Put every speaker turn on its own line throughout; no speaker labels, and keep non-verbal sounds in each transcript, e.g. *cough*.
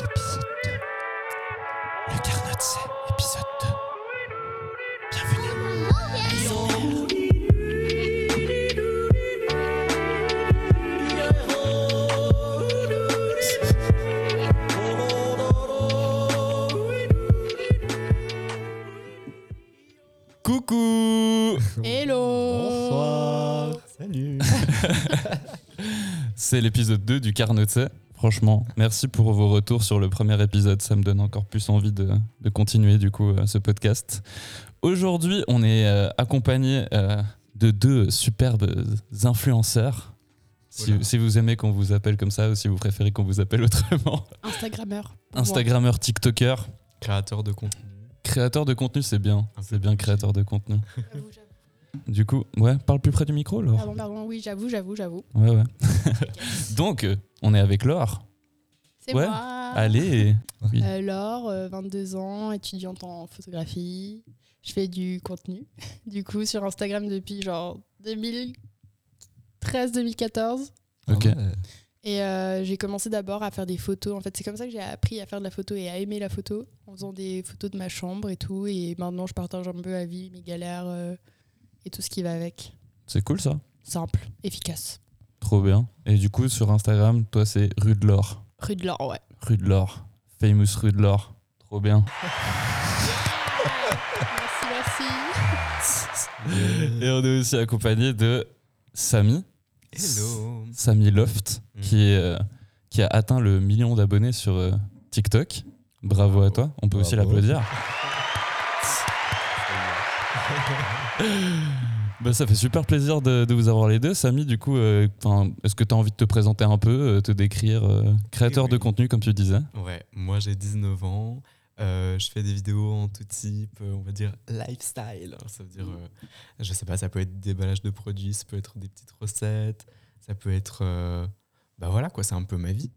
L'épisode 2. Le Carnot c'est épisode 2. Bienvenue.
Coucou
Hello
Salut.
C'est l'épisode 2 du Carnotet. Franchement, merci pour vos retours sur le premier épisode. Ça me donne encore plus envie de, de continuer du coup euh, ce podcast. Aujourd'hui, on est euh, accompagné euh, de deux superbes influenceurs. Si,
Oula.
si vous aimez qu'on vous appelle comme ça ou si vous préférez qu'on vous appelle autrement.
Instagrammeur. pour
Instagrammeur, TikToker,
*laughs* Créateur de contenu.
créateur de contenu, c'est bien.
Un peu
C'est bien
plus.
créateur de contenu.
moi. J'avoue, j'avoue.
Du coup, ouais, parle plus près du micro, Laure.
Pardon, pardon, oui, j'avoue, j'avoue, j'avoue.
Ouais, ouais. Donc, euh, on est avec Laure.
C'est
Ouais,
moi
Allez. oui.
Euh, Laure, euh, 22 ans, étudiante en photographie. Je fais du contenu, *laughs* du coup, sur Instagram depuis genre 2013-2014.
Ah
Ok.
Et euh, j'ai commencé d'abord à faire des photos. En fait, c'est comme ça que j'ai appris à faire de la photo et à aimer la photo, en faisant des photos de ma chambre et tout. Et maintenant, je partage un peu ma vie, mes galères euh, et tout ce qui va avec.
C'est cool ça.
Simple, efficace.
Trop bien. Et du coup, sur Instagram, toi, c'est Rue de l'Or.
Rue de l'or, ouais.
Rue de l'Or. Famous Rue de l'Or. Trop bien.
Merci, merci.
Euh,
Et on est aussi accompagné de Samy.
Hello.
Samy Loft,
Mm.
qui, est, euh, qui a atteint le million d'abonnés sur euh, TikTok. Bravo à toi. On peut aussi
Bravo. *laughs*
l'applaudir. Bah, ça fait super plaisir de, de vous avoir les deux. Samy, du coup, euh, 'fin, est-ce que tu as envie de te présenter un peu, euh, te décrire euh, Créateur
Oui,
de
oui.
contenu, comme tu disais.
Ouais, moi j'ai 19 ans. euh, je fais des vidéos en tout type, euh, on va dire lifestyle. hein, Ça veut dire, euh, je sais pas, ça peut être déballage de produits, ça peut être des petites recettes, ça peut être. euh, bah voilà quoi, c'est un peu ma vie.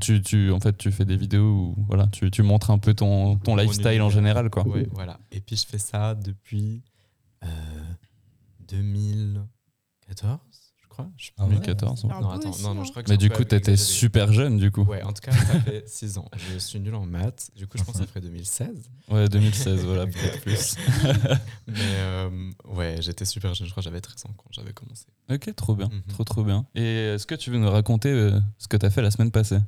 Tu, tu, en fait, tu fais des vidéos où voilà, tu, tu montres un peu ton, ton
Mon
lifestyle en
univers.
général. Quoi.
Ouais, voilà. Et puis je fais ça depuis euh, 2014, je crois. Je
Ah ouais. 2014, ouais.
Un
Non,
peu
attends,
aussi,
non, non,
hein.
je crois que
Mais
j'ai
du
un peu
coup, t'étais
exagéré.
super jeune, du coup.
Ouais, en tout cas,
*laughs*
ça fait 6 ans. Je suis nul en maths. Du coup, je pense que ça ferait 2016.
Ouais, 2016, voilà,
*laughs*
peut-être plus. *laughs*
Mais euh, ouais, j'étais super jeune. Je crois que j'avais 13 ans quand j'avais commencé.
Ok, trop bien,
Mhm.
trop trop bien. Et est-ce que tu veux nous raconter euh, ce que t'as fait la semaine
*laughs*
passée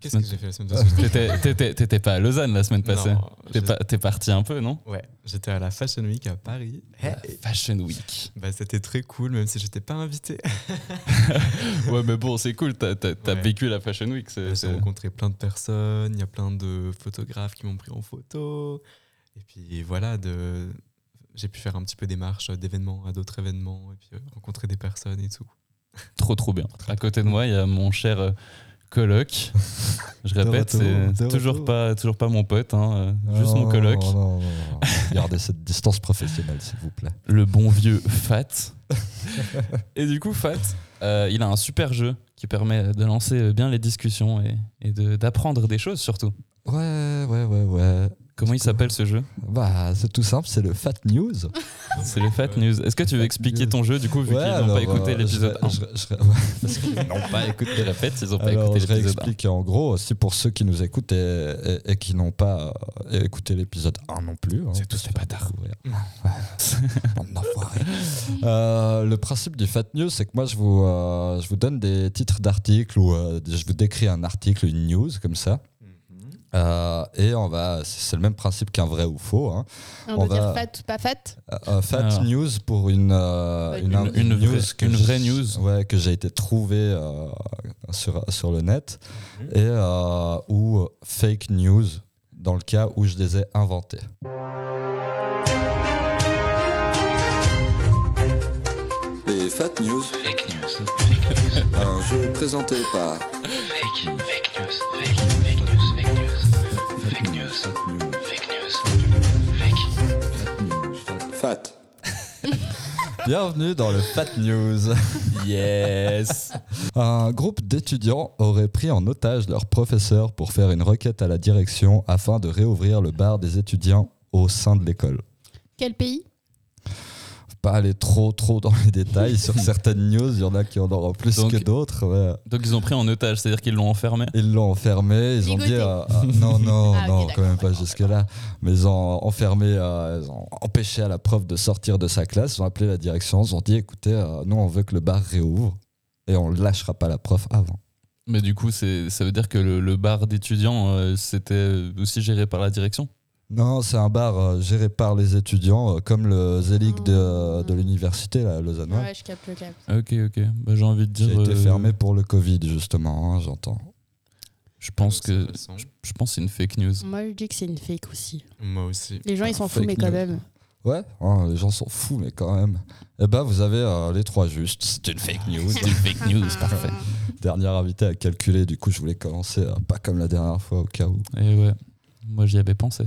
Qu'est-ce que j'ai fait la semaine passée
T'étais- T'étais t'étais pas à Lausanne la semaine passée
Non,
T'es
j'ai-
pas- T'es parti un peu, non
Ouais, j'étais à la Fashion Week à Paris. Eh, et-
Fashion Week.
Bah, c'était très cool, même si j'étais pas invité.
Ouais, mais bon, c'est cool, t'as t'as- t'as
Ouais.
vécu la Fashion Week. c'est-
*laughs* J'ai
c'est-
rencontré plein de personnes, il y a plein de photographes qui m'ont pris en photo. Et puis voilà, de... j'ai pu faire un petit peu des marches d'événements à d'autres événements, et puis euh, rencontrer des personnes et tout.
Trop trop bien. À côté de moi, il y a mon cher euh,
*laughs*
coloc. Je répète,
retour,
c'est
de
toujours
retour.
pas, toujours pas mon pote, hein, euh,
Non,
juste mon coloc.
non, non, non, non. Gardez cette distance professionnelle, s'il vous plaît.
le bon vieux
*laughs*
Fat. et du coup, Fat, euh, il a un super jeu qui permet de lancer euh, bien les discussions et, et de- d'apprendre des choses surtout.
Ouais, ouais, ouais, ouais.
Comment il s'appelle ce jeu
Bah, c'est tout simple, c'est le Fat News.
C'est le Fat News. Est-ce que tu veux
Fat
expliquer
News.
ton jeu du coup, vu qu'ils n'ont
alors,
pas écouté
euh,
l'épisode
je-
1
je- je- ouais, parce qu'ils n'ont pas écouté.
Je répète, ils
*laughs*
n'ont pas
Alors,
écouté
je
l'épisode 1.
réexplique en gros, c'est pour ceux qui nous écoutent et, et- et qui n'ont pas euh, écouté l'épisode 1 non plus. hein,
C'est
on
tous
peut se
des
faire
bâtards.
découvrir. Ouais. Bande d'enfoirés. Euh, le principe du Fat News, c'est que moi, je vous, euh, je vous donne des titres d'articles ou euh, je vous décris un article, une news comme ça. Euh, et on va, c'est le même principe qu'un vrai ou faux. hein.
On,
On
doit
va-
dire fat ou pas fat
Euh, euh, fat
Alors.
news pour une euh,
Une-
une
news
vraie-
que
une
je-
vraie news.
ouais, que j'ai été trouvé euh, sur sur le net
Mhm.
et euh, ou euh, fake news dans le cas où je les ai inventées.
Les Fat News. *laughs* Un jeu présenté par Fat.
Bienvenue dans le Fat News.
Yes
Un groupe d'étudiants aurait pris en otage leur professeur pour faire une requête à la direction afin de réouvrir le bar des étudiants au sein de l'école.
Quel pays
pas aller trop trop dans les détails sur certaines news. Il y en a qui en auront plus
Donc-
que d'autres. ouais.
Donc ils ont pris en otage, c'est-à-dire qu'ils l'ont enfermé.
Ils l'ont enfermé, ils ont
Ligoté.
dit euh, euh,
*laughs*
non, non,
Ah, ok,
non, quand
d'accord,
même pas
d'accord,
jusque-là. Mais ils ont enfermé, euh, ils ont empêché à la prof de sortir de sa classe, ils ont appelé la direction, ils ont dit écoutez, euh, nous on veut que le bar réouvre et on lâchera pas la prof avant.
Mais du coup, c'est- ça veut dire que le, le bar d'étudiants, euh, c'était aussi géré par la direction.
Non, c'est un bar euh, géré par les étudiants, euh, comme le Zelig de,
Ah.
de l'université, la Lausanne.
Ouais, je capte le cap.
Ok, ok. Bah, J'ai envie de
Qui
dire.
a été
euh,
fermé pour le Covid, justement, hein, j'entends.
Je pense
C'est
que
intéressant.
je, je pense que c'est une fake news.
Moi, je dis que c'est une fake aussi.
Moi aussi.
Les gens, ils s'en
Fake
foutent, mais quand
news.
même.
Ouais, hein, les gens sont fous, mais quand même. Eh ben, vous avez euh, les trois justes. C'est une fake news.
C'est une fake news, parfait.
*laughs* Dernière invité à calculer, du coup je voulais commencer euh, pas comme la dernière fois au cas où.
Et ouais. Moi, j'y avais pensé.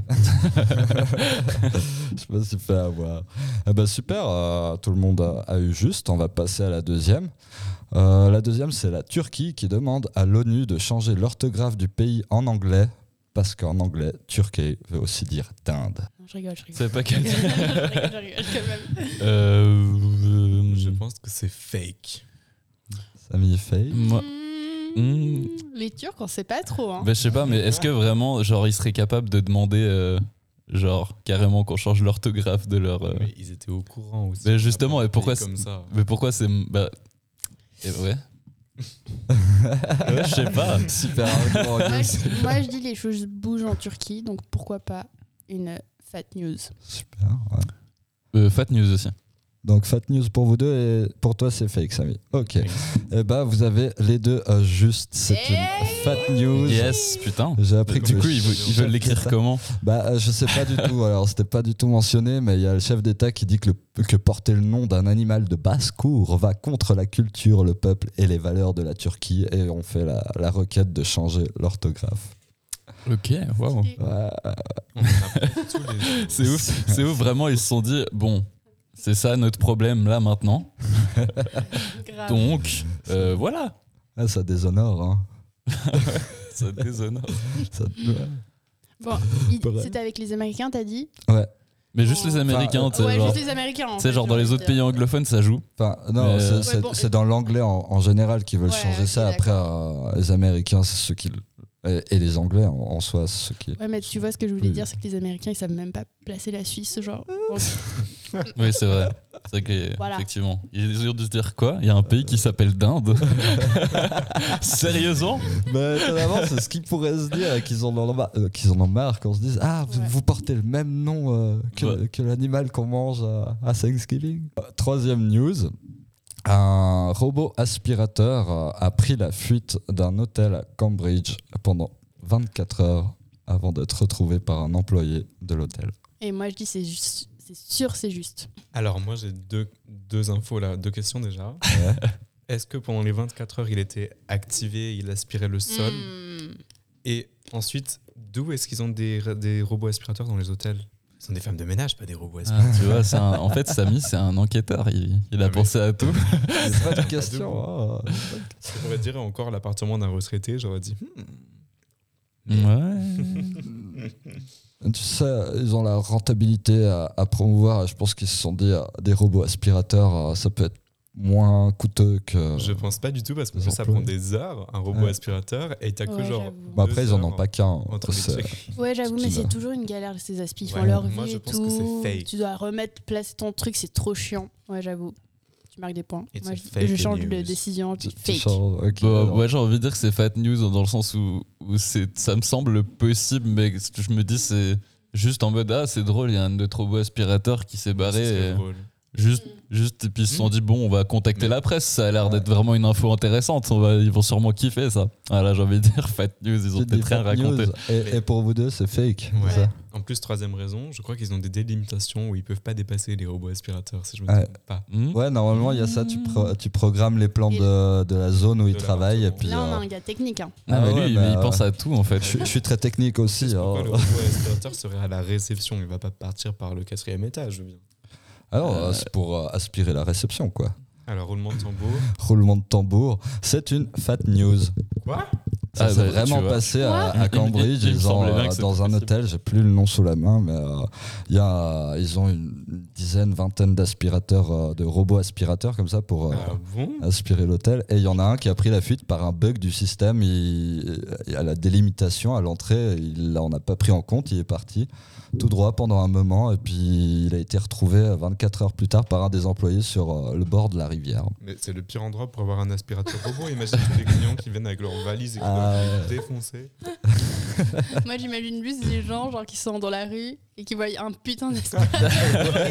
Je me suis fait avoir. Eh ben super, euh, tout le monde a, a eu juste, on va passer à la deuxième. Euh, la deuxième c'est la Turquie qui demande à l'ONU de changer l'orthographe du pays en anglais, parce qu'en anglais, Turquie veut aussi dire dinde.
Non, Je rigole, je rigole.
*laughs* C'est pas
*laughs* Je
quel.
rigole, je rigole quand même.
Euh,
Je pense que c'est fake.
Ça m'y fait.
moi-
Mmh. Les Turcs, on sait pas trop. Hein.
bah, je sais pas, mais est-ce que vraiment, genre, ils seraient capables de demander, euh, genre, carrément qu'on change l'orthographe de leur. euh,
Mais ils étaient au courant aussi.
Mais justement,
Après,
et pourquoi
comme ça
Mais pourquoi c'est. Bah. et ouais. ouais. Je sais pas. *laughs*
Super.
*laughs* Moi, je, moi, je dis les choses bougent en Turquie, donc pourquoi pas une fat news
super. ouais.
Euh, fat news aussi.
Donc fat news pour vous deux et pour toi c'est fake Samy. Ok.
Fake.
Eh ben vous avez les deux euh, juste. C'est une
Hey
fat news.
Yes, putain.
J'ai appris que
Du
le
coup, ils, vou-
chef
ils veulent l'écrire
d'État-
comment
Bah, euh, je sais
*laughs*
pas du tout. Alors, c'était pas du tout mentionné, mais il y a le chef d'État qui dit que, le- que porter le nom d'un animal de basse cour va contre la culture, le peuple et les valeurs de la Turquie. Et on fait la, la requête de changer l'orthographe.
Ok, waouh.
Ouais.
*laughs*
On en apprend tous les jours.
C'est ouf. C'est ouf, vraiment, ils se sont dit, bon, c'est ça notre problème là maintenant.
Grave.
Donc, euh, voilà.
Ah, ça déshonore. hein.
Ça déshonore.
Ça-
Bon,
*laughs* Pareil.
il- c'était avec les Américains, t'as dit
Mais juste les Américains, tu sais,
Ouais,
genre,
juste les Américains. en
tu sais,
fait,
genre dans les
j'ai
autres
envie
pays
de-
anglophones, ça joue.
Enfin, non,
Mais,
c'est-
euh,
c'est
Ouais, bon,
c'est dans l'anglais en, en général qu'ils veulent
Ouais,
changer
ok,
ça. Après, euh, les Américains, c'est ceux qui. Et, et les Anglais en, en soi, c'est ceux qui.
Ouais, mais tu vois ce que je voulais
Oui.
dire, c'est que les Américains, ils savent même pas placer la Suisse, genre. Bon,
Oui, c'est vrai. C'est vrai que,
Voilà.
effectivement. Ils ont dû se dire quoi Il y a un pays qui s'appelle
*laughs*
Dinde. Sérieusement
Mais étonnamment, c'est ce qu'ils pourraient se dire et qu'ils en ont marre, euh, qu'ils en ont marre qu'on se dise Ah, vous,
Ouais.
vous portez le même nom euh, que,
Ouais.
que l'animal qu'on mange euh, à Thanksgiving. Euh, Troisième news un robot aspirateur euh, a pris la fuite d'un hôtel à Cambridge pendant 24 heures avant d'être retrouvé par un employé de l'hôtel.
Et moi, je dis, c'est juste. C'est sûr, c'est juste.
Alors, moi, j'ai deux, deux infos là, deux questions déjà. Est-ce que pendant les 24 heures, il était activé, il aspirait le sol
Hmm.
Et ensuite, d'où est-ce qu'ils ont des, des robots aspirateurs dans les hôtels Ce sont des femmes de ménage, pas des robots aspirateurs.
Ah, tu vois, c'est un- en fait, Samy, c'est un enquêteur. Il, il a
Ah, mais-
pensé à tout.
Ah,
C'est pas de question. hein.
Je pourrais dire encore l'appartement d'un retraité, j'aurais dit. hmm.
Ouais.
Tu sais, ils ont la rentabilité à, à promouvoir. Je pense qu'ils se sont dit, euh, des robots aspirateurs, euh, ça peut être moins coûteux que.
Je pense pas du tout parce que
Des
ça
emplois.
prend des heures, un robot
Ouais.
aspirateur, et t'as que
Ouais,
genre.
j'avoue.
Bah après,
deux
ils en ont
heures
pas qu'un.
Entre les
C'est- *laughs*
trucs.
Ouais, j'avoue, mais
Tu vas-
c'est toujours une galère, ces aspis. Ils font
Ouais,
leur vie
moi, je
et
pense
tout.
que c'est fake.
Tu dois remettre, placer ton truc, c'est trop chiant. Ouais, j'avoue. Tu marques des points.
It's
Moi,
a
je,
fake
je change de
news.
décision.
tu-
Puis
tu
fake.
changes. Ok,
Bon,
alors.
moi, Bah, j'ai envie de dire que c'est fat news dans le sens où, où c'est- ça me semble possible, mais ce que je me dis, c'est juste en mode Ah, c'est drôle, il y a un de notre robot aspirateur qui s'est
Ce serait
barré. et
drôle.
Juste, juste, et puis ils se sont
Mm.
dit Bon, on va contacter
Mais-
la presse, ça a l'air d'être vraiment une info intéressante, on va, ils vont sûrement kiffer ça. Ah là, j'ai envie de dire fat news, ils ont
Tu dis
peut-être rien
fake
raconté.
news, Et, et pour vous deux, c'est fake.
Ouais.
c'est ça
En plus, troisième raison, je crois qu'ils ont des délimitations où ils peuvent pas dépasser les robots aspirateurs, si je me
Ouais.
trompe pas.
Hmm
Ouais, normalement, il y a ça. Tu, pro- tu programmes les plans de, de la zone où ils
De
travaillent. Et
l'appartement.
Là,
puis,
on a
euh,
un gars technique. Hein.
Ah, mais
Ah
lui,
ouais,
il-
bah
il pense
ouais.
à tout en fait.
je, suis- je suis très technique aussi.
C'est pourquoi
hein.
le robot aspirateur serait à la réception, il va pas partir par le quatrième étage. je veux dire.
Alors, euh, c'est pour euh, aspirer la réception, quoi.
Alors, roulement de tambour.
Roulement de tambour. C'est une fat news.
Quoi
Ça
Ah,
s'est
bah, tu
vraiment
vois.
passé à,
Ouais.
à Cambridge.
Il- il me
ils ont,
semblait bien
euh,
que c'était
dans un
possible.
hôtel, j'ai plus le nom sous la main, mais euh, il y a, ils ont une dizaine, vingtaine d'aspirateurs, euh, de robots aspirateurs comme ça pour euh,
Ah bon
aspirer l'hôtel. Et il y en a un qui a pris la fuite par un bug du système. Il, il- à la délimitation, à l'entrée, il n'en a pas pris en compte. Il est parti tout droit pendant un moment. Et puis, il a été retrouvé euh, 24 heures plus tard par un des employés sur euh, le bord de la rivière.
Mais c'est le pire endroit pour avoir un aspirateur robot. Imagine des clients qui viennent avec leurs valises et qui doivent
Ah, ouais.
défoncer.
*laughs* Moi, j'imagine juste des gens genre, qui sont dans la rue et qui voient un putain d'espace.
*laughs*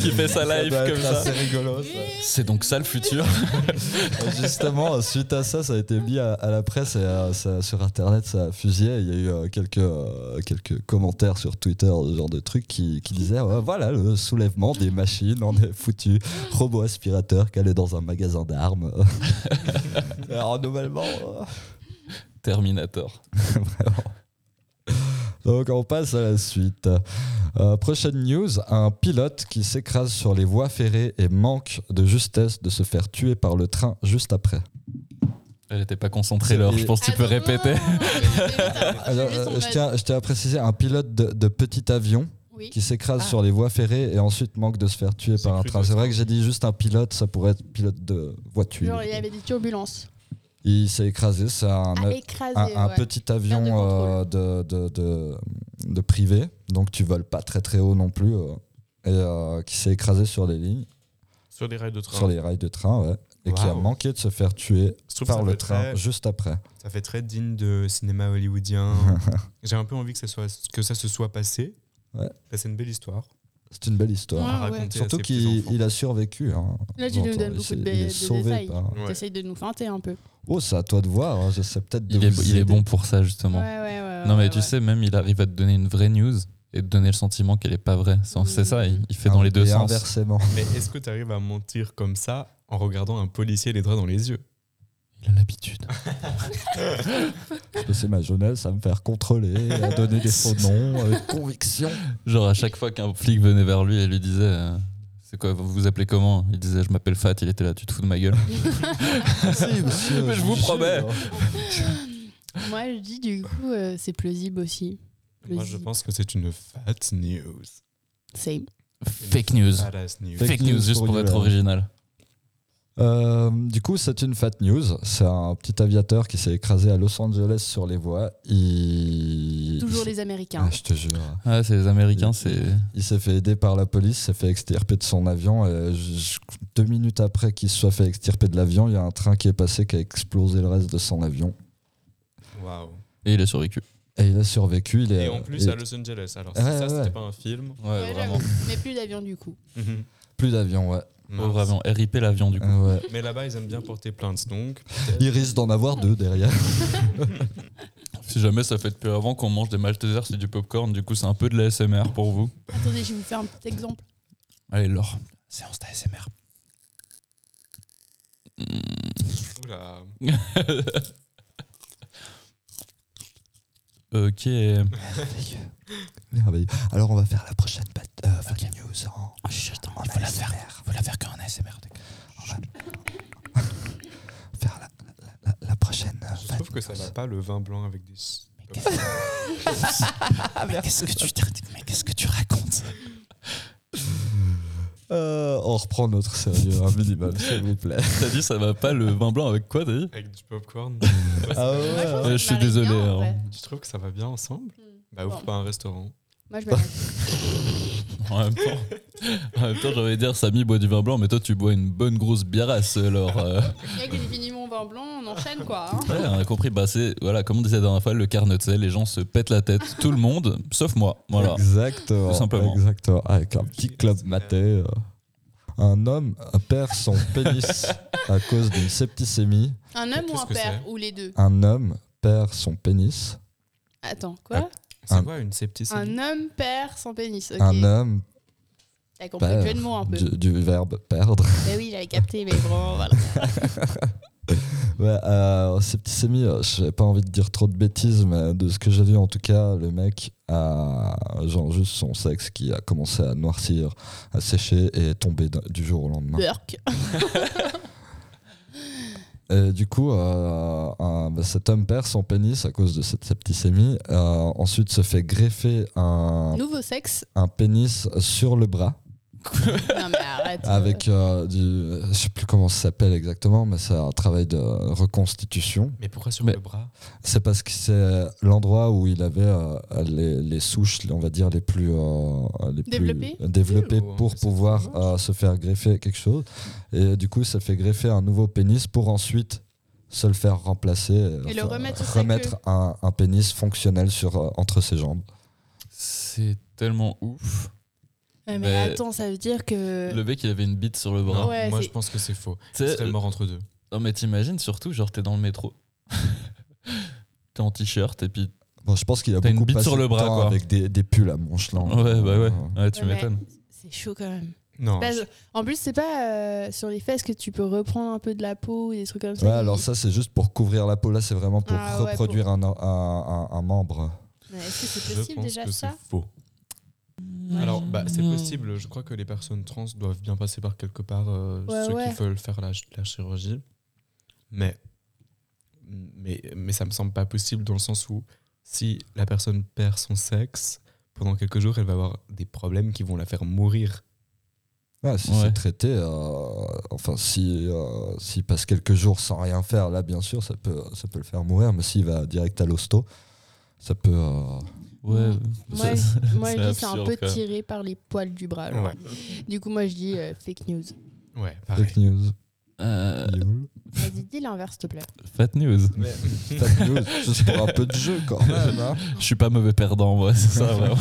Qui fait sa live comme ça.
C'est rigolo. Ah, ça.
C'est donc ça le futur.
Justement, euh, suite à ça, ça a été mis à, à la presse et euh, ça- sur Internet, ça a fusillé. Il y a eu euh, quelques, euh, quelques commentaires sur Twitter, ce genre de trucs, qui, qui disaient Ouais, voilà le soulèvement des machines, on est foutu. Robot aspirateur calé dans un magasin d'armes. *laughs* Alors, normalement. euh,
Terminator.
Donc, on passe à la suite. Euh, prochaine news un pilote qui s'écrase sur les voies ferrées et manque de justesse de se faire tuer par le train juste après.
J'étais pas concentré Laure, je pense
Ah,
que tu peux répéter.
Ah, Alors, euh, je, tiens, je tiens à préciser un pilote de, de petit avion
Oui.
qui s'écrase
Ah.
sur les voies ferrées et ensuite manque de se faire tuer
C'est
par un
cru
train.
de
C'est vrai
ça.
que j'ai dit juste un pilote, ça pourrait être pilote de voiture.
Genre, il y avait des turbulences.
Il s'est écrasé, c'est un,
Ah,
un-
écrasé.
un
ouais.
petit
de
avion
contrôle.
euh, de, de, de- de privé, donc tu voles pas très très haut non plus, euh, et euh, qui s'est écrasé sur les lignes,
Sur les rails de train.
sur les rails de train, ouais, et qui a
Waouh.
manqué de se faire tuer
Je trouve que
par
ça
le
fait
train
très-
juste après.
Ça fait très digne de cinéma
*laughs*
hollywoodien. J'ai un peu envie que ça, soit, que ça se soit passé.
Ouais.
Ça, C'est une belle histoire.
C'est une belle histoire.
Ah
à
ouais.
raconter à
Surtout
ses
qu'il
petits-enfants.
il a survécu. hein.
Là, tu nous
Longtemps,
donnes
il
beaucoup
s'est-
de,
il
bé-
est
de
sauvé
détails.
par-
Ouais.
T'essayes de nous feinter un peu.
Oh, c'est à toi de voir. hein. J'essaie peut-être de.
Il est,
vous
il est
aider.
bon pour ça justement.
Ouais, ouais, ouais,
non mais
ouais,
tu
ouais.
sais, même il arrive à te donner une vraie news et te donner le sentiment qu'elle est pas vraie. C'est c'est ça, il, il fait dans les deux
Et
sens.
Ah, Inversement.
Mais est-ce que tu arrives à mentir comme ça en regardant un policier les droits dans les yeux
Il a l'habitude.
Parce que c'est ma jeunesse à me faire contrôler, à donner des
*laughs*
faux noms avec conviction.
Genre à chaque fois qu'un flic venait vers lui et lui disait euh, c'est quoi vous vous appelez comment Il disait je m'appelle Fat, il était là tu te fous de ma gueule.
Si, monsieur, hein.
Mais je vous
jure.
promets.
Moi, je dis du coup, euh, c'est plausible aussi.
Moi, je
Vas-y.
pense que c'est une fat news.
Same.
*laughs* Fake news.
Fat ass news.
Fake
Ah, Fake news
news
juste
pour
pour hein.
Yola.
être original.
Euh, du coup, c'est une fat news. C'est un petit aviateur qui s'est écrasé à Los Angeles sur les voies. Il...
Toujours
il s'est-
les Américains.
Ah, je te jure.
Ah c'est les Américains c'est
Il s'est fait aider par la police, s'est fait extirper de son avion. et je- je- deux minutes après qu'il se soit fait extirper de l'avion, il y a un train qui est passé qui a explosé le reste de son avion.
Waouh.
et il a survécu.
Et il a survécu. Il est,
Et en plus,
il-
à Los Angeles. Alors,
Euh, Ouais,
si ça,
ouais, ouais.
c'était pas un film.
Ouais,
Ouais,
vraiment.
j'avoue. Mais plus d'avion du coup.
Mhm.
plus d'avion, ouais.
Oh,
Mince.
vraiment RIP l'avion du coup.
Ah ouais.
Mais là-bas, ils aiment bien porter plainte, donc.
Il risque d'en avoir deux derrière. *laughs*
Si jamais ça fait depuis avant qu'on mange des Maltesers c'est du popcorn, du coup c'est un peu de la SMR pour vous.
Attendez, je vais vous faire un petit exemple.
Allez Laure, séance d'ASMR.
Oula.
Ok.
Merveilleux. Alors on va faire la prochaine bat- euh, fake news. en- en ASMR.
Faut la faire qu'en ASMR.
On va faire la, la- la- la prochaine. euh,
Je
fake
trouve que ça
news.
va pas le vin blanc avec des.
Mais qu'est-ce que tu mais qu'est-ce que tu racontes
Euh, on reprend notre sérieux un minimum, s'il vous plaît.
*laughs* T'as dit ça va pas le vin blanc avec quoi t'as dit
Avec du popcorn.
Ah ouais.
Euh, je suis désolé. hein.
Tu trouves que ça va bien ensemble
Hmm.
Bah, ouvre
Bon.
pas un restaurant.
*laughs*
Moi, je m'arrête.
En même temps, en même temps, j'ai envie de dire Samy boit du vin blanc, mais toi tu bois une bonne grosse bierasse alors. euh.
Dès que j'ai fini mon vin blanc, on enchaîne quoi. hein.
Ouais, on a compris, bah c'est voilà, comme on disait la dernière fois, le carnet, tu sais, les gens se pètent la tête, tout le monde, sauf moi. Voilà.
Exactement.
Tout simplement.
Exactement. Avec un petit club maté. euh. Un homme perd son pénis à cause d'une septicémie.
Un homme ou
Qu'est-ce
un
que
père
c'est
Ou les deux
Un homme perd son pénis.
Attends,
Ah,
quoi
C'est
Un-
quoi une septicémie
Un homme perd son pénis. Ok.
Un homme
T'as compris le jeu
perd
de mots un peu.
du, du verbe perdre.
Mais oui, j'avais capté, mais bon,
*laughs*
voilà.
*laughs* Ouais, euh, septicémie, euh, j'ai pas envie de dire trop de bêtises, mais de ce que j'ai vu en tout cas, le mec a genre juste son sexe qui a commencé à noircir, à sécher et est tombé d'un- du jour au lendemain.
Burk.
Et du coup, euh, un, euh, bah, cet homme perd son pénis à cause de cette septicémie. Euh, ensuite, se fait greffer un,
Nouveau sexe
un pénis sur le bras
Non mais arrête.
avec euh, du. Je sais plus comment ça s'appelle exactement, mais c'est un travail de reconstitution.
Mais pourquoi sur
Mais-
le bras
C'est parce que c'est l'endroit où il avait euh, les, les souches, on va dire, les plus, euh, les plus
Développées
développées
Ouh,
pour
mais c'est
pouvoir
dommage.
euh, se faire greffer quelque chose. Et du coup, ça fait greffer un nouveau pénis pour ensuite se le faire remplacer. euh,
Et le remettre sur sa
remettre un, un pénis fonctionnel sur, euh, entre ses jambes.
C'est tellement ouf.
Ouais, mais,
mais-
attends, ça veut dire que.
Le mec, il avait une bite sur le bras. Euh,
Non,
Euh. Ouais,
Moi,
c'est-
je pense que c'est faux.
Tu
Il
sais, euh,
serait mort entre deux.
Non, mais t'imagines surtout, genre, t'es dans le métro. *laughs* t'es en t-shirt et puis.
Bon, je pense qu'il a
T'as une
beaucoup
bite
passé
sur le
de
bras,
temps
quoi.
avec des, des pulls à manches longues.
Ouais, bah ouais.
Euh,
Ouais, tu
Ouais, mais-
m'étonnes.
C'est chaud quand même.
Non.
Bah, je- En plus, c'est pas euh, sur les fesses que tu peux reprendre un peu de la peau ou des trucs comme ça.
Ouais,
il-
alors ça, c'est juste pour couvrir la peau. Là, c'est vraiment pour
Ah ouais,
reproduire un, un- un- un membre.
Ouais, Est-ce que c'est
Je
possible
pense
déjà
que
ça
c'est faux. Alors, bah, c'est possible. Je crois que les personnes trans doivent bien passer par quelque part euh,
Ouais,
ceux
ouais.
qui veulent faire la, ch- la chirurgie. Mais, mais, mais ça me semble pas possible dans le sens où si la personne perd son sexe, pendant quelques jours, elle va avoir des problèmes qui vont la faire mourir.
Ouais, si
Ouais.
c'est traité, euh, enfin, si, euh, s'il passe quelques jours sans rien faire, là, bien sûr, ça peut, ça peut le faire mourir. Mais s'il va direct à l'hosto, ça peut. euh,
Ouais.
Moi,
C'est-
je- moi, je
c'est
dis c'est un
absurde,
peu
quoi.
tiré par les poils du bras. genre. Du coup, moi, je dis euh, fake news.
Ouais, pareil.
fake news.
Ah Euh,
Youl.
Vas-y, dis l'inverse, s'il te plaît.
fat news.
*laughs* Mais-
Fake news, juste pour un peu de jeu quand même.
*laughs*
hein.
Je suis pas mauvais perdant, moi, c'est *laughs* ça, vraiment.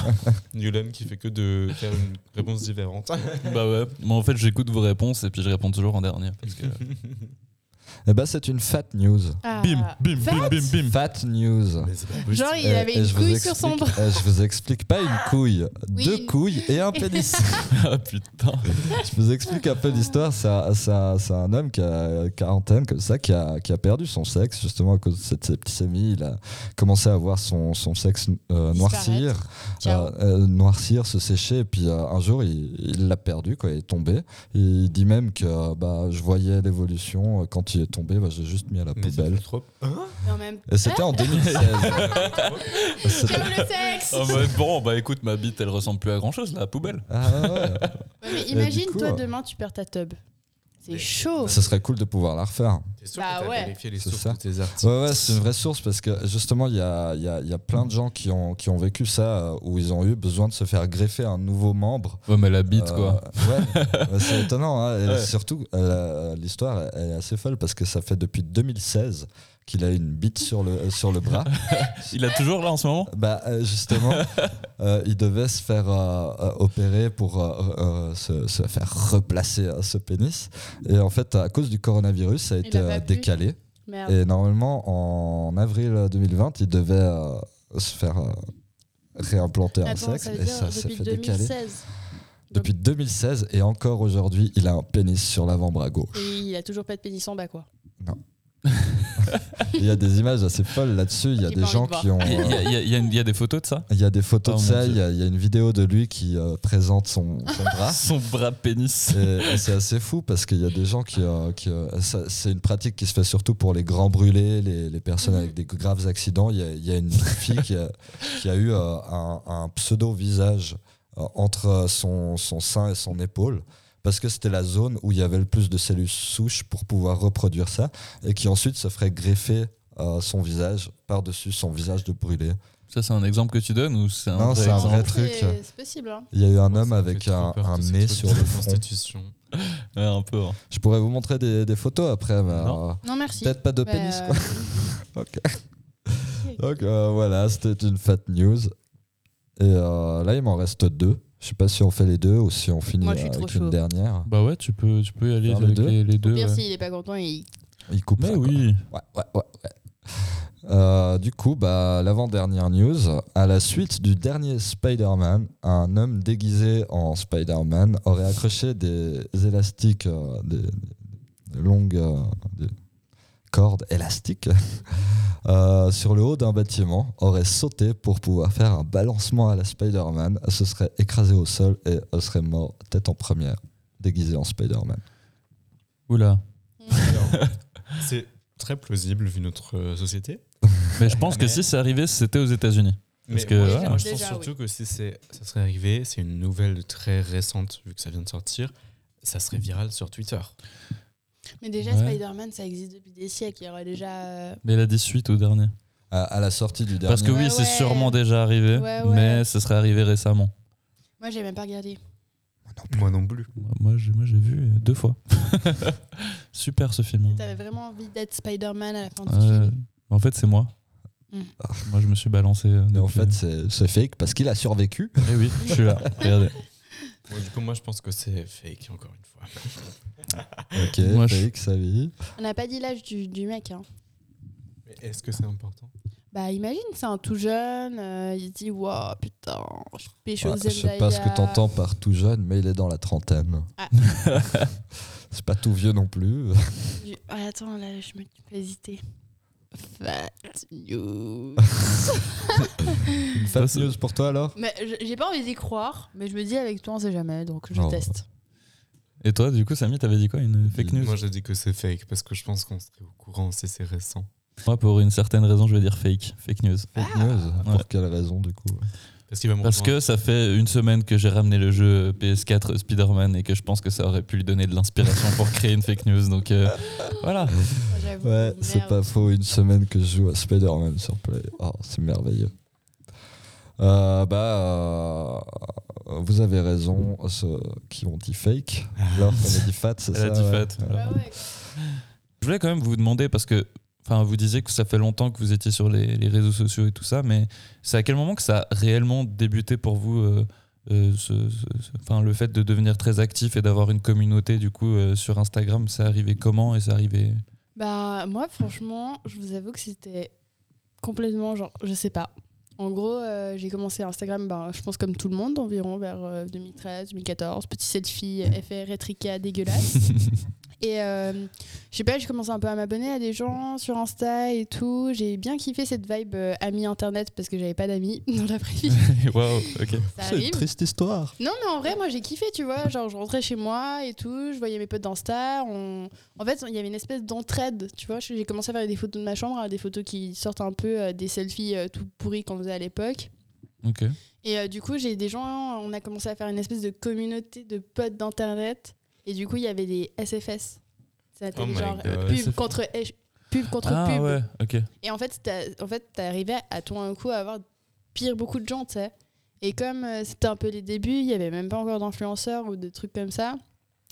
Newland qui fait que de faire une réponse différente.
bah ouais. Mais en fait, j'écoute vos réponses et puis je réponds toujours en dernier. Parce
*laughs*
que...
Eh ben, c'est une fat news.
Ah,
Bim, bim, bim,
fat
bim, bim.
Fat news.
*laughs* Mais c'est pas possible.
Genre, il
Et-
avait
et
une
je vous
couille sur son bras.
explique- et Je vous explique pas une couille,
Oui.
deux couilles et un pénis.
ah putain.
Je vous explique un peu l'histoire. C'est un- c'est un c'est un homme qui a quarantaine, comme ça, qui a, qui a perdu son sexe, justement à cause de cette septicémie. Il a commencé à voir son, son sexe euh, noircir,
Ciao.
euh, euh, noircir, se sécher. Et puis euh, un jour, il il l'a perdu, quoi, il est tombé. il dit même que euh, bah, je voyais l'évolution. Quand il est tombé, bah, j'ai juste mis à la
Mais c'est
poubelle.
*laughs* trop.
Et en même temps,
Et c'était en 2016. C'était-
j'aime le sexe
En mode, bon, bah écoute, ma bite, elle ressemble plus à grand chose, la poubelle.
Ah ouais.
Ouais, mais
du
imagine,
coup,
toi,
euh,
demain, tu perds ta tub. C'est
Mais-
chaud
Ce serait cool de pouvoir la refaire.
T'es sûr
Bah
que t'as
ouais.
vérifié les
C'est
sources
ça.
de tes articles
Ouais, ouais, c'est une vraie source parce que justement, il y a, il y, a, il y a plein de gens qui ont, qui ont vécu ça, euh, où ils ont eu besoin de se faire greffer un nouveau membre.
Ouais, mais la
Euh, ouais, ouais, c'est étonnant. hein, et
Ouais.
Surtout, euh, l'histoire, elle est assez folle parce que ça fait depuis 2016 qu'il a une bite sur le, euh, sur le bras.
Il a toujours là en ce moment
bah, euh, justement, euh, il devait se faire euh, euh, opérer pour euh, euh, se, se faire replacer euh, ce pénis. Et en fait, à cause du coronavirus, ça a été
a pas
euh,
pu.
décalé.
Merde.
Et normalement, en avril 2020, il devait euh, se faire euh, réimplanter un
Attends,
sexe.
ça veut
Et
dire
ça s'est
depuis
fait décaler.
2016.
Depuis 2016, et encore aujourd'hui, il a un pénis sur l'avant-bras gauche.
Et il a toujours pas de pénis en bas, quoi.
Il y a des images assez folles là-dessus.
*laughs*
Il y a
J'ai
des
pas
gens
envie de
qui ont.
Il y, a-
euh,
il y a- il y a une- il y a des photos de ça
Il y a des photos
Oh
de
mon
ça.
Dieu.
Il y, a, il y a une vidéo de lui qui euh, présente son,
*laughs*
son bras.
Son bras pénis.
Et, et c'est assez fou parce qu'il y a des gens qui. euh, qui, euh, ça- c'est une pratique qui se fait surtout pour les grands brûlés, les, les personnes
Mhm.
avec des graves accidents. Il y a, il y a une *laughs* fille qui a, qui a eu euh, un, un pseudo-visage euh, entre euh, son, son sein et son épaule. Parce que c'était la zone où il y avait le plus de cellules souches pour pouvoir reproduire ça, et qui ensuite se ferait greffer euh, son visage par-dessus son visage de brûlé.
Ça, c'est un exemple que tu donnes ou c'est un
Non,
vrai
c'est un
exemple
vrai
C'est-
truc.
C'est possible, hein.
Il y a eu un
Ça
homme
me
avec
fait trop
un,
peur,
un
tous ces
nez
trucs
sur
de *laughs*
le front.
Constitution.
Ouais, un peu. hein.
Je pourrais vous montrer des, des photos après, mais
Non.
euh,
Non, merci.
peut-être pas de
Bah,
pénis. Quoi. Ok.
ok, ok.
Donc euh, voilà, c'était une fat news. Et euh, là, il m'en reste deux. Je sais pas si on fait les deux ou si on finit
Moi, je suis trop
avec
chaud.
une dernière.
Bah ouais, tu peux, tu peux y aller
Faire les
avec
deux
les, les deux.
Pire,
ouais.
s'il est pas content, il
Il coupe.
Mais
ça, quoi.
oui.
Ouais, ouais, ouais, ouais. Euh, du coup, bah, l'avant-dernière news, à la suite du dernier Spider-Man, un homme déguisé en Spider-Man aurait accroché des élastiques, euh, des, des longues euh, des cordes élastiques *laughs* euh, sur le haut d'un bâtiment, aurait sauté pour pouvoir faire un balancement à la Spider-Man, se serait écrasé au sol et euh, serait mort tête en première, déguisé en Spider-Man.
Oula.
C'est très très plausible vu notre euh, société.
Mais je pense que
Mais-
si c'est arrivé, c'était aux États-Unis. Parce
Mais
que,
moi,
voilà.
moi, je pense
Déjà,
surtout que si c'est- ça serait arrivé, c'est une nouvelle très récente vu que ça vient de sortir, ça serait viral sur Twitter.
Mais déjà,
Ouais.
Spider-Man, ça existe depuis des siècles. Il y aurait déjà. euh,
Mais la 18 au dernier.
à, à la sortie du dernier.
Parce que oui,
Ouais,
c'est
Ah ouais.
sûrement déjà arrivé,
Ouais, ouais.
mais ce serait arrivé récemment.
Moi, j'ai même pas regardé.
Moi non plus.
Moi, Moi, j'ai moi, j'ai vu euh, deux fois. *laughs* Super ce film. hein.
T'avais vraiment envie d'être Spider-Man à la fin du
Euh,
film.
en fait, c'est moi.
Mm.
Moi, je me suis balancé. euh,
Mais en
depuis-
fait, c'est c'est fake parce qu'il a survécu.
Eh oui, je suis là. Regardez.
du coup, moi je pense que c'est fake encore une fois.
*laughs* Ok,
Moi, je-
fake, sa vie.
On n'a pas dit l'âge du, du mec. Hein.
Mais est-ce que c'est important
Bah, imagine, c'est un tout jeune. euh, il dit Wow, putain, je pêche
Ouais,
aux
Ah, Bah, je sais pas ce que t'entends par tout jeune, mais il est dans la trentaine.
Ah.
*laughs* c'est pas tout vieux non plus. *laughs*
Du- Ah, attends, là, je me suis pas hésité. Fat
*laughs*
news.
Une
Ça,
fake
c'est-
news pour toi alors
mais je- j'ai pas envie d'y croire, mais je me dis avec toi, on sait jamais, donc je
Non.
teste.
Et toi, du coup, Samy, t'avais dit quoi Une fake news
Moi je dis que c'est fake parce que je pense qu'on serait au courant si c'est récent.
Moi, pour une certaine raison, je vais dire fake. Fake news.
Ah.
Fake news
Ouais.
Pour quelle raison du coup
Parce qu'il va me
Parce que ça fait une semaine que j'ai ramené le jeu PS4 Spider-Man et que je pense que ça aurait pu lui donner de l'inspiration pour créer une fake news. Donc euh, voilà.
Moi, j'avoue,
Ouais, c'est
Oh, merde.
pas faux. Une semaine que je joue à Spider-Man sur Play. Oh, c'est merveilleux. Euh, bah, euh, vous avez raison, ceux qui ont dit fake. Alors, on Ah. a dit fat, c'est
Elle
ça
a dit
ouais.
fat, voilà.
Bah Ouais, ouais.
Je voulais quand même vous demander, parce que enfin, vous disiez que ça fait longtemps que vous étiez sur les, les réseaux sociaux et tout ça, mais c'est à quel moment que ça a réellement débuté pour vous euh, euh, ce- ce- ce- enfin, le fait de devenir très actif et d'avoir une communauté du coup euh, sur Instagram, c'est arrivé comment et c'est arrivé
Bah moi franchement, je vous avoue que c'était complètement genre je sais pas. En gros, euh, j'ai commencé Instagram, bah, je pense comme tout le monde, environ vers euh, 2013, 2014. Petit selfie, euh, effet rétrica dégueulasse.
*laughs*
et euh, je sais pas, j'ai commencé un peu à m'abonner à des gens sur Insta et tout. J'ai bien kiffé cette vibe euh, ami internet parce que j'avais pas d'amis *laughs* dans la vraie vie.
*laughs* Waouh, ok.
Ça
C'est une
arrive.
triste histoire.
Non, mais en vrai, moi j'ai kiffé, tu vois. Genre, je rentrais chez moi et tout, je voyais mes potes d'Insta. On... En fait, il y avait une espèce d'entraide, tu vois. J'ai commencé à faire des photos de ma chambre, hein, des photos qui sortent un peu euh, des selfies euh, tout pourris qu'on faisait à l'époque.
Ok.
Et euh, du coup, j'ai des gens, on a commencé à faire une espèce de communauté de potes d'internet. Et du coup, il y avait des SFS. Ça
Oh my
genre euh,
God.
pub
SFS.
contre H- pub contre
Ah
pub.
ouais, ok.
Et en fait, t'as- en fait, t'arrivais à tout un coup à avoir pire beaucoup de gens, tu sais. Et comme euh, c'était un peu les débuts, il y avait même pas encore d'influenceurs ou de trucs comme ça,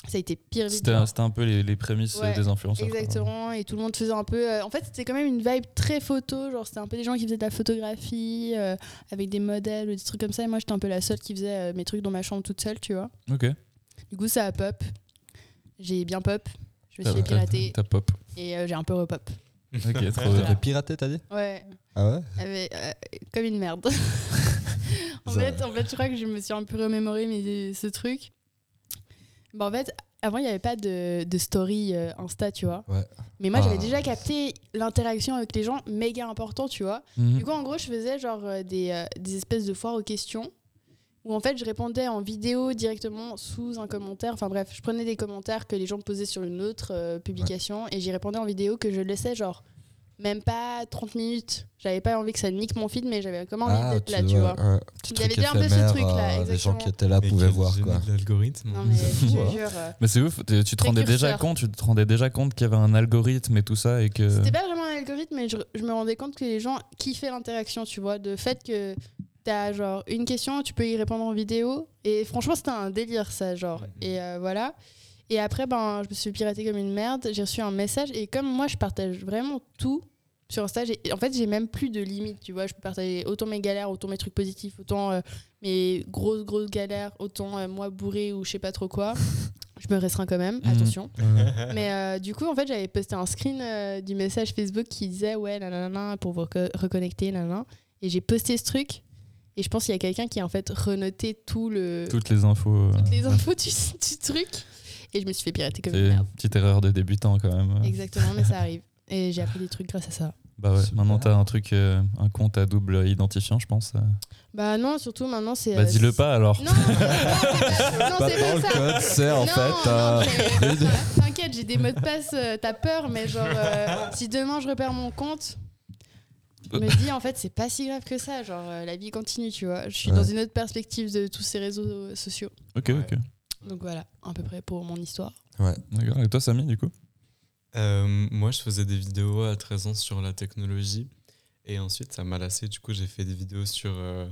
ça a été pire vite.
C'était un, c'était un peu les, les prémices
Ouais,
euh, des influenceurs. quoi.
Exactement, et tout le monde faisait un peu. euh, en fait, c'était quand même une vibe très photo, genre c'était un peu des gens qui faisaient de la photographie euh, avec des modèles ou des trucs comme ça. Et moi, j'étais un peu la seule qui faisait euh, mes trucs dans ma chambre toute seule, tu vois.
Ok.
Du coup, ça a pop. J'ai bien pop. Je me
T'as-
suis fait pirater
T'as pop.
et euh, j'ai un peu repop. *laughs*
Ok, trop bien.
T'as piraté, t'as dit
Ouais.
Ah ouais
Avec- euh, comme une
*laughs*
merde. en,
Ça-
fait, en fait, je crois que je me suis un peu remémoré mais, euh, ce truc. Bah, en fait, avant, il n'y avait pas de, de story euh, Insta, tu vois.
Ouais.
Mais moi, j'avais
Ah.
déjà capté l'interaction avec les gens méga important, tu vois.
Mhm.
Mm.
Du coup, en gros, je faisais genre euh, des, euh, des espèces de foires aux questions où en fait, je répondais en vidéo directement sous un commentaire. Enfin bref, je prenais des commentaires que les gens posaient sur une autre euh, publication et j'y répondais en vidéo que je laissais genre même pas 30 minutes. J'avais pas envie que ça nique mon feed, mais j'avais quand même envie
Ah,
d'être là, tu vois.
ouais, petit
Il y avait
truc
bien un peu ce
éphémère,
truc-là,
euh, Les gens
exactement.
qui étaient là pouvaient voir quoi.
L'algorithme.
Non, mais
*laughs*
je te
*laughs* fou, hein.
jure. euh,
Mais c'est ouf, tu tu te rendais déjà
Précurseur.
compte, tu te rendais déjà compte qu'il y avait un algorithme et tout ça et que.
C'était pas vraiment un algorithme, mais je, je me rendais compte que les gens kiffaient l'interaction, tu vois, de fait que t'as genre une question, tu peux y répondre en vidéo. Et franchement, c'était un délire, ça, genre.
Mhm.
Et euh, voilà. Et après, ben, je me suis piratée comme une merde. J'ai reçu un message. Et comme moi, je partage vraiment tout sur Insta, j'ai- en fait, j'ai même plus de limites, tu vois. Je peux partager autant mes galères, autant mes trucs positifs, autant euh, mes grosses, grosses galères, autant euh, moi bourré ou je sais pas trop quoi. Je me restreins quand même,
Mhm.
attention.
Ouais.
*laughs*
Mais euh, du coup, en fait, j'avais posté un screen euh, du message Facebook qui disait ouais, nanana, pour vous reco- reconnecter, nanana. Et j'ai posté ce truc. Et je pense qu'il y a quelqu'un qui a en fait renoté tout le,
Toutes les infos. euh,
toutes les infos du, *laughs* du truc. Et je me suis fait pirater comme une
C'est une
merde.
petite erreur de débutant quand même.
Exactement, mais ça
*laughs*
arrive. Et j'ai appris des trucs grâce à ça.
Bah ouais,
Super.
maintenant t'as un truc, euh, un compte à double identifiant, je pense.
Bah non, surtout maintenant, c'est.
Bah
euh,
dis-le
c'est-
pas alors.
Non, non, c'est pas- non,
Pas
c'est
Bah,
pas
dans le
ça.
code, c'est en
Non,
fait.
non,
euh, *laughs*
mais- T'inquiète, T'inquiète, j'ai des mots de passe, euh, t'as peur, mais genre, euh, si demain je repère mon compte, je me dis en fait, c'est pas si grave que ça. Genre, euh, la vie continue, tu vois. Je suis
Ouais.
dans une autre perspective de tous ces réseaux euh, sociaux.
Ok, ok.
Donc voilà, à peu près pour mon histoire.
D'accord. Et toi, Samy, du coup
Euh, moi, je faisais des vidéos à 13 ans sur la technologie. Et ensuite, ça m'a lassé. Du coup, j'ai fait des vidéos sur euh,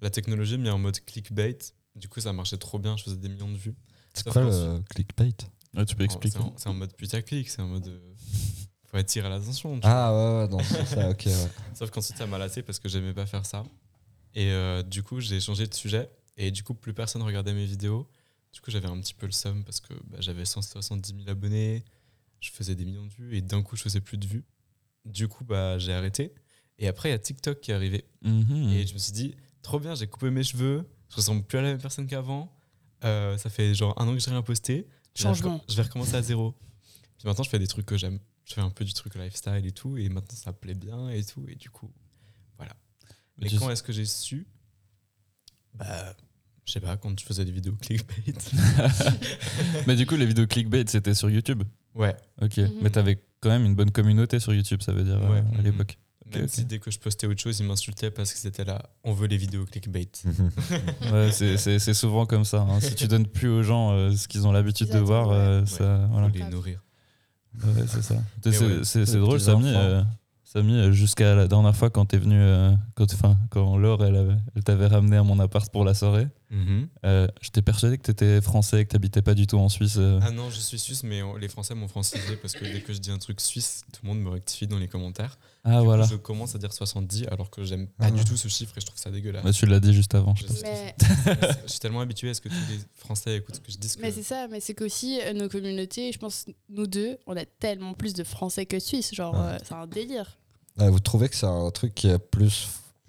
la technologie, mais en mode clickbait. Du coup, ça marchait trop bien. Je faisais des millions de vues.
C'est
Sauf
quoi
qu'ensuite-
le clickbait
Ouais, Tu peux expliquer.
C'est en, c'est en mode putaclic. C'est en mode. euh, faut attirer l'attention. tu
Ah ouais, ouais, non, c'est ça, ok. *laughs* ouais.
Sauf qu'ensuite, ça m'a lassé parce que j'aimais pas faire ça. Et euh, du coup, j'ai changé de sujet. Et du coup, plus personne regardait mes vidéos. Du coup, j'avais un petit peu le seum parce que bah, j'avais 170 000 abonnés. Je faisais des millions de vues. Et d'un coup, je faisais plus de vues. Du coup, bah, j'ai arrêté. Et après, il y a TikTok qui est arrivé.
Mhm.
Et je me suis dit, trop bien, j'ai coupé mes cheveux. Je ressemble plus à la même personne qu'avant. Euh, ça fait genre un an que j'ai rien posté. Je vais
Changement.
recom- Je vais recommencer à zéro. Puis maintenant, je fais des trucs que j'aime. Je fais un peu du truc lifestyle et tout. Et maintenant, ça me plaît bien et tout. Et du coup,
Mais
mais
tu-
quand est-ce que j'ai su Bah, je sais pas, quand tu faisais des vidéos
*laughs*
clickbait.
*laughs* Mais du coup, les vidéos clickbait, c'était sur YouTube.
ouais,
Ok.
Mhm.
Mais t'avais quand même une bonne communauté sur YouTube, ça veut dire, euh,
Ouais.
à
Mhm.
l'époque.
même
ok.
si dès que je postais autre chose, ils m'insultaient parce que c'était là, on veut les vidéos clickbait.
Mhm.
Mhm.
Ouais, c'est- c'est c'est souvent comme ça. hein. Si tu donnes plus aux gens euh, ce qu'ils ont l'habitude
Ils
de voir,
attendent,
euh, ça. Voilà.
Faut les nourrir.
Ouais, c'est ça.
Et
C'est
ouais,
c'est- c'est
les
drôle,
petits
Samy.
enfants.
euh, Samy, euh, jusqu'à la dernière fois quand t'es venu, euh, quand, enfin, quand Laure, elle, avait- elle t'avait ramené à mon appart pour la soirée, euh, j'étais persuadé que t'étais français et que t'habitais pas du tout en Suisse. euh.
Ah non, je suis suisse, mais on- les Français m'ont francisé parce que dès que je dis un truc suisse, tout le monde me rectifie dans les commentaires.
Ah,
Du coup,
voilà.
Je commence à dire 70 alors que j'aime pas
Ah.
du tout ce chiffre et je trouve ça dégueulasse.
Bah, tu l'as dit juste avant. je
Je
pense.
sais,
Mais,
je suis tellement habitué à ce que tous les Français écoutent ce que je dis. que-
mais c'est ça, mais c'est qu'aussi euh, nos communautés, je pense, nous deux, on a tellement plus de Français que de Suisses. Genre,
Ouais.
euh, c'est un délire.
Ah, vous trouvez que c'est un truc qui est plus,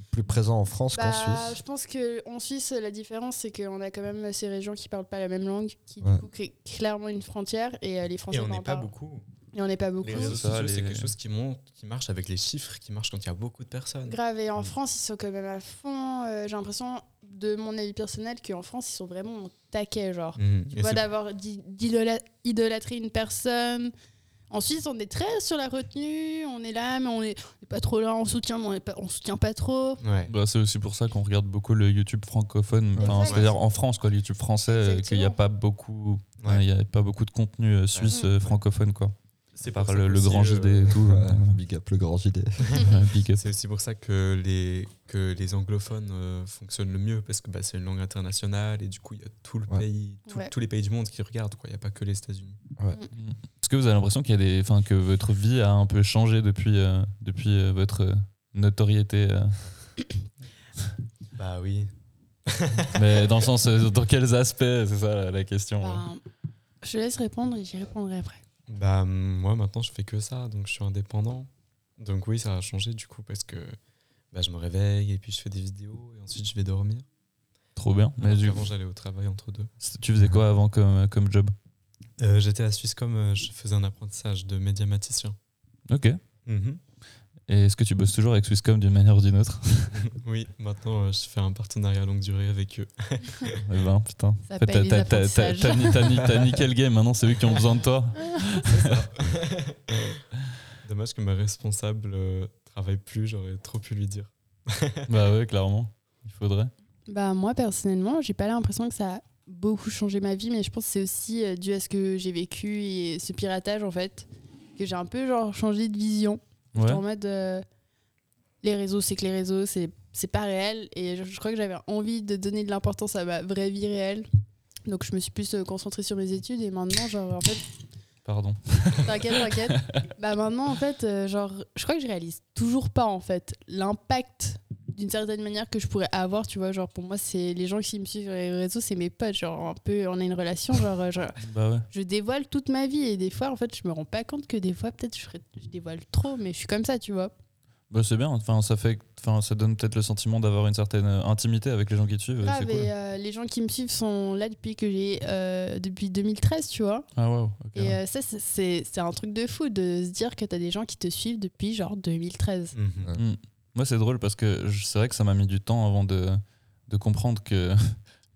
plus présent en France qu'en
Bah,
Suisse
je pense qu'en Suisse, la différence, c'est qu'on a quand même ces régions qui parlent pas la même langue, qui
Ouais.
du coup créent clairement une frontière, et euh, les Français
Et on
n'en
n'est pas
parlent.
beaucoup.
Et on n'est pas beaucoup.
Les réseaux
Ça,
sociaux,
les-
c'est quelque chose qui, monte, qui marche avec les chiffres, qui marche quand il y a beaucoup de personnes.
Grave, et en France, ils sont quand même à fond. euh, J'ai l'impression, de mon avis personnel, qu'en France, ils sont vraiment au taquet, genre.
Mhm.
Tu
Et
vois,
c'est-
d'avoir d'i- d'idola- idolâtrer une personne. En Suisse, on est très sur la retenue, on est là, mais on est, on est pas trop là, on soutient, mais on, est pas, on soutient pas trop.
Ouais.
Bah, c'est aussi pour ça qu'on regarde beaucoup le YouTube francophone,
Exact.
Enfin, c'est-à-dire en France, quoi, le YouTube français, euh, qu'il n'y a
Exactement.
pas beaucoup,
Ouais.
il y a pas beaucoup de contenu euh, suisse
Ouais.
euh, francophone, quoi.
C'est
Par
pour
le,
ça
le
qu'aussi,
grand
euh,
JD et
*laughs*
tout.
Ouais,
euh,
Big up le grand idée.
ouais, big up.
C'est aussi pour ça que les, que les anglophones euh, fonctionnent le mieux, parce que bah, c'est une langue internationale, et du coup, il y a tout le
Ouais.
pays, tout-
Ouais.
tous les pays du monde qui regardent. quoi. Il n'y a pas que les États-Unis.
Est-ce que vous avez l'impression qu'il y a des, enfin, que votre vie a un peu changé depuis, euh, depuis euh, votre euh, notoriété euh,
Bah oui.
Mais dans le sens, euh, dans quels aspects C'est ça la question. hein. ouais.
Ben, je te laisse répondre et j'y répondrai après.
Bah hum, moi, maintenant, je fais que ça, donc je suis indépendant. Donc oui, ça a changé du coup, parce que bah, je me réveille, et puis je fais des vidéos, et ensuite je vais dormir.
Trop bien. Mais
Alors
du
qu'avant, j'allais au travail entre deux.
tu faisais quoi avant comme, comme job
Euh, J'étais à Swisscom, euh, je faisais un apprentissage de médiamaticien.
Ok.
Mhm.
Et est-ce que tu bosses toujours avec Swisscom d'une manière ou d'une autre
Oui, maintenant euh, je fais un partenariat longue durée avec eux.
*laughs* Eh ben, putain.
Ça
En fait,
paye les
t'as- t'as- t'as-
apprentissages.
T'as ni- t'as ni- t'as nickel game, maintenant c'est eux qui ont besoin de toi.
*laughs* Dommage que ma responsable euh, travaille plus, j'aurais trop pu lui dire.
bah ouais, clairement. Il faudrait.
Bah, moi, personnellement, j'ai pas l'impression que ça a beaucoup changé ma vie, mais je pense que c'est aussi euh, dû à ce que j'ai vécu et ce piratage, en fait, que j'ai un peu genre changé de vision.
Ouais.
en mode euh, les réseaux, c'est que les réseaux, c'est c'est pas réel. Et je, je crois que j'avais envie de donner de l'importance à ma vraie vie réelle. Donc je me suis plus euh, concentrée sur mes études et maintenant, genre, en fait,
Pardon.
t'inquiète,
*laughs*
t'inquiète. bah maintenant, en fait, euh, genre, je crois que je réalise toujours pas, en fait, l'impact d'une certaine manière que je pourrais avoir, tu vois. Genre, pour moi, c'est les gens qui me suivent sur les réseaux, c'est mes potes. Genre, un peu, on a une relation, genre, euh, genre,
Bah ouais.
je dévoile toute ma vie et des fois, en fait, je me rends pas compte que des fois, peut-être, je, serais- je dévoile trop, mais je suis comme ça, tu vois.
Bah c'est bien. Enfin, ça fait, enfin, ça donne peut-être le sentiment d'avoir une certaine euh, intimité avec les gens qui te suivent.
Grave,
c'est cool.
et, euh, les gens qui me suivent sont là depuis que j'ai euh, depuis 2013, tu vois.
Ah wow. ok.
Et euh, ça, c'est- c'est c'est un truc de fou de se dire que t'as des gens qui te suivent depuis genre 2013.
Mhm.
Moi, c'est drôle parce que *laughs* je- c'est vrai que ça m'a mis du temps avant de, de comprendre que